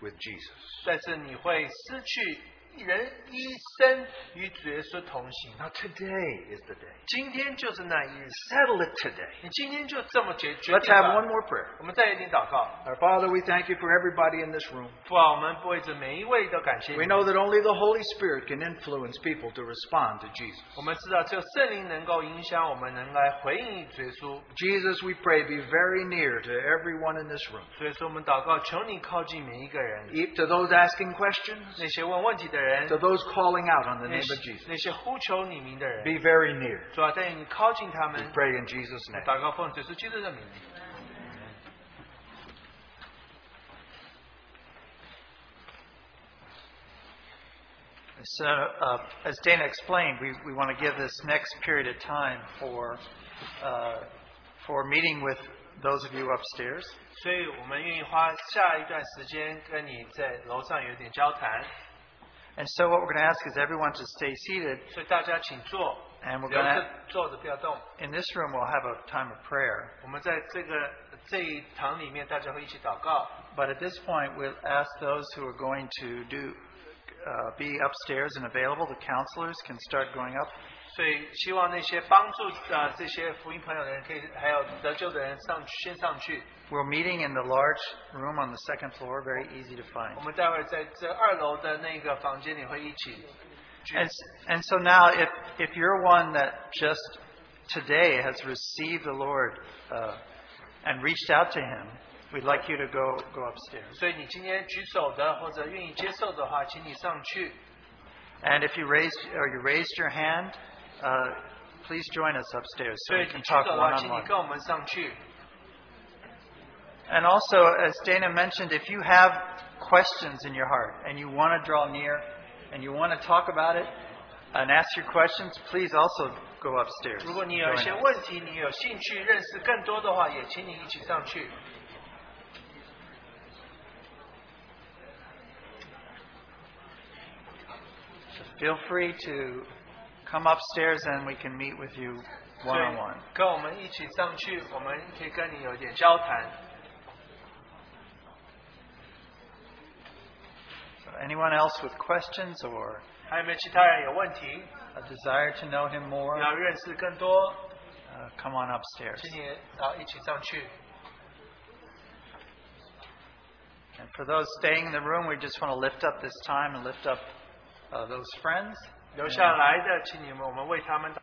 with Jesus.
但是你会失去一人一生与主耶稣同行。
Now today is the day.
今天就是那一日，
Settle it today.
你今天就这么决决
Let's
定
have one
吧。
more prayer.
我们再一点祷告，
Our Father, we thank you for everybody in this room.
父啊，我们不为这每一位都感谢
We
你。
know that only the Holy Spirit can influence people to respond to Jesus.
我们知道，只有圣灵能够影响我们，能来回应主耶稣。
Jesus, we pray, be very near to everyone in this room.
所以说，我们祷告，求你靠近每一个人，
E- To those asking questions,
那些问问题的人
to，those calling out on the
那
name
些
of Jesus.
那些呼求你名的人。
Be very near.
主啊，但愿你靠近他
We
们。
pray in Jesus' name.
祷告奉主耶稣基督的名。
So, uh, as Dana explained, we, we want to give this next period of time for, uh, for meeting with those of you upstairs.
所以我们愿意花下一段时间跟你在楼上有点交谈，
And so, what we're going to ask is everyone to stay seated,
所以大家请坐，
and we're
留
going
着
to,
坐着不要动。
in this room, we'll have a time of prayer.
我们在这个这一堂里面，大家会一起祷告。
But at this point, we'll ask those who are going to do, uh, be upstairs and available, the counselors can start going up.
所以希望那些帮助呃这些福音朋友的人，可以还有得救的人上去先上去。
We're meeting in the large room on the second floor, very easy to find.
我们待会儿在这二楼的那个房间里会一起聚。
哎
And, and so now, if, if you're one that just today has received the Lord uh, and reached out to Him,
We'd like you to go, go upstairs.
所以你今天举手的或者愿意接受的话，请你上去。
And if you raised, or you raised your hand, uh, please join us upstairs so
所以
we
你
can
举
talk
手的话，请你
one-on-one.
跟我们上去。
And also, as Dana mentioned, if you have questions in your heart and you want to draw near and you want to talk about it and ask your questions, please also go upstairs.
如果你有一
Join
些
us.
问题，你有兴趣认识更多的话，也请你一起上去。
So feel free to come upstairs and we can meet with you
所
one
以
on one.
跟我们一起上去，我们可以跟你有点交谈。
So anyone else with questions or
还有没有其他人有问题？
a desire to know him more,
要认识更多，
uh, come on upstairs.
请你啊一起上去。
And for those staying in the room, we just want to lift up this time and lift up uh, those friends.
留下来的，请你们我们为他们祷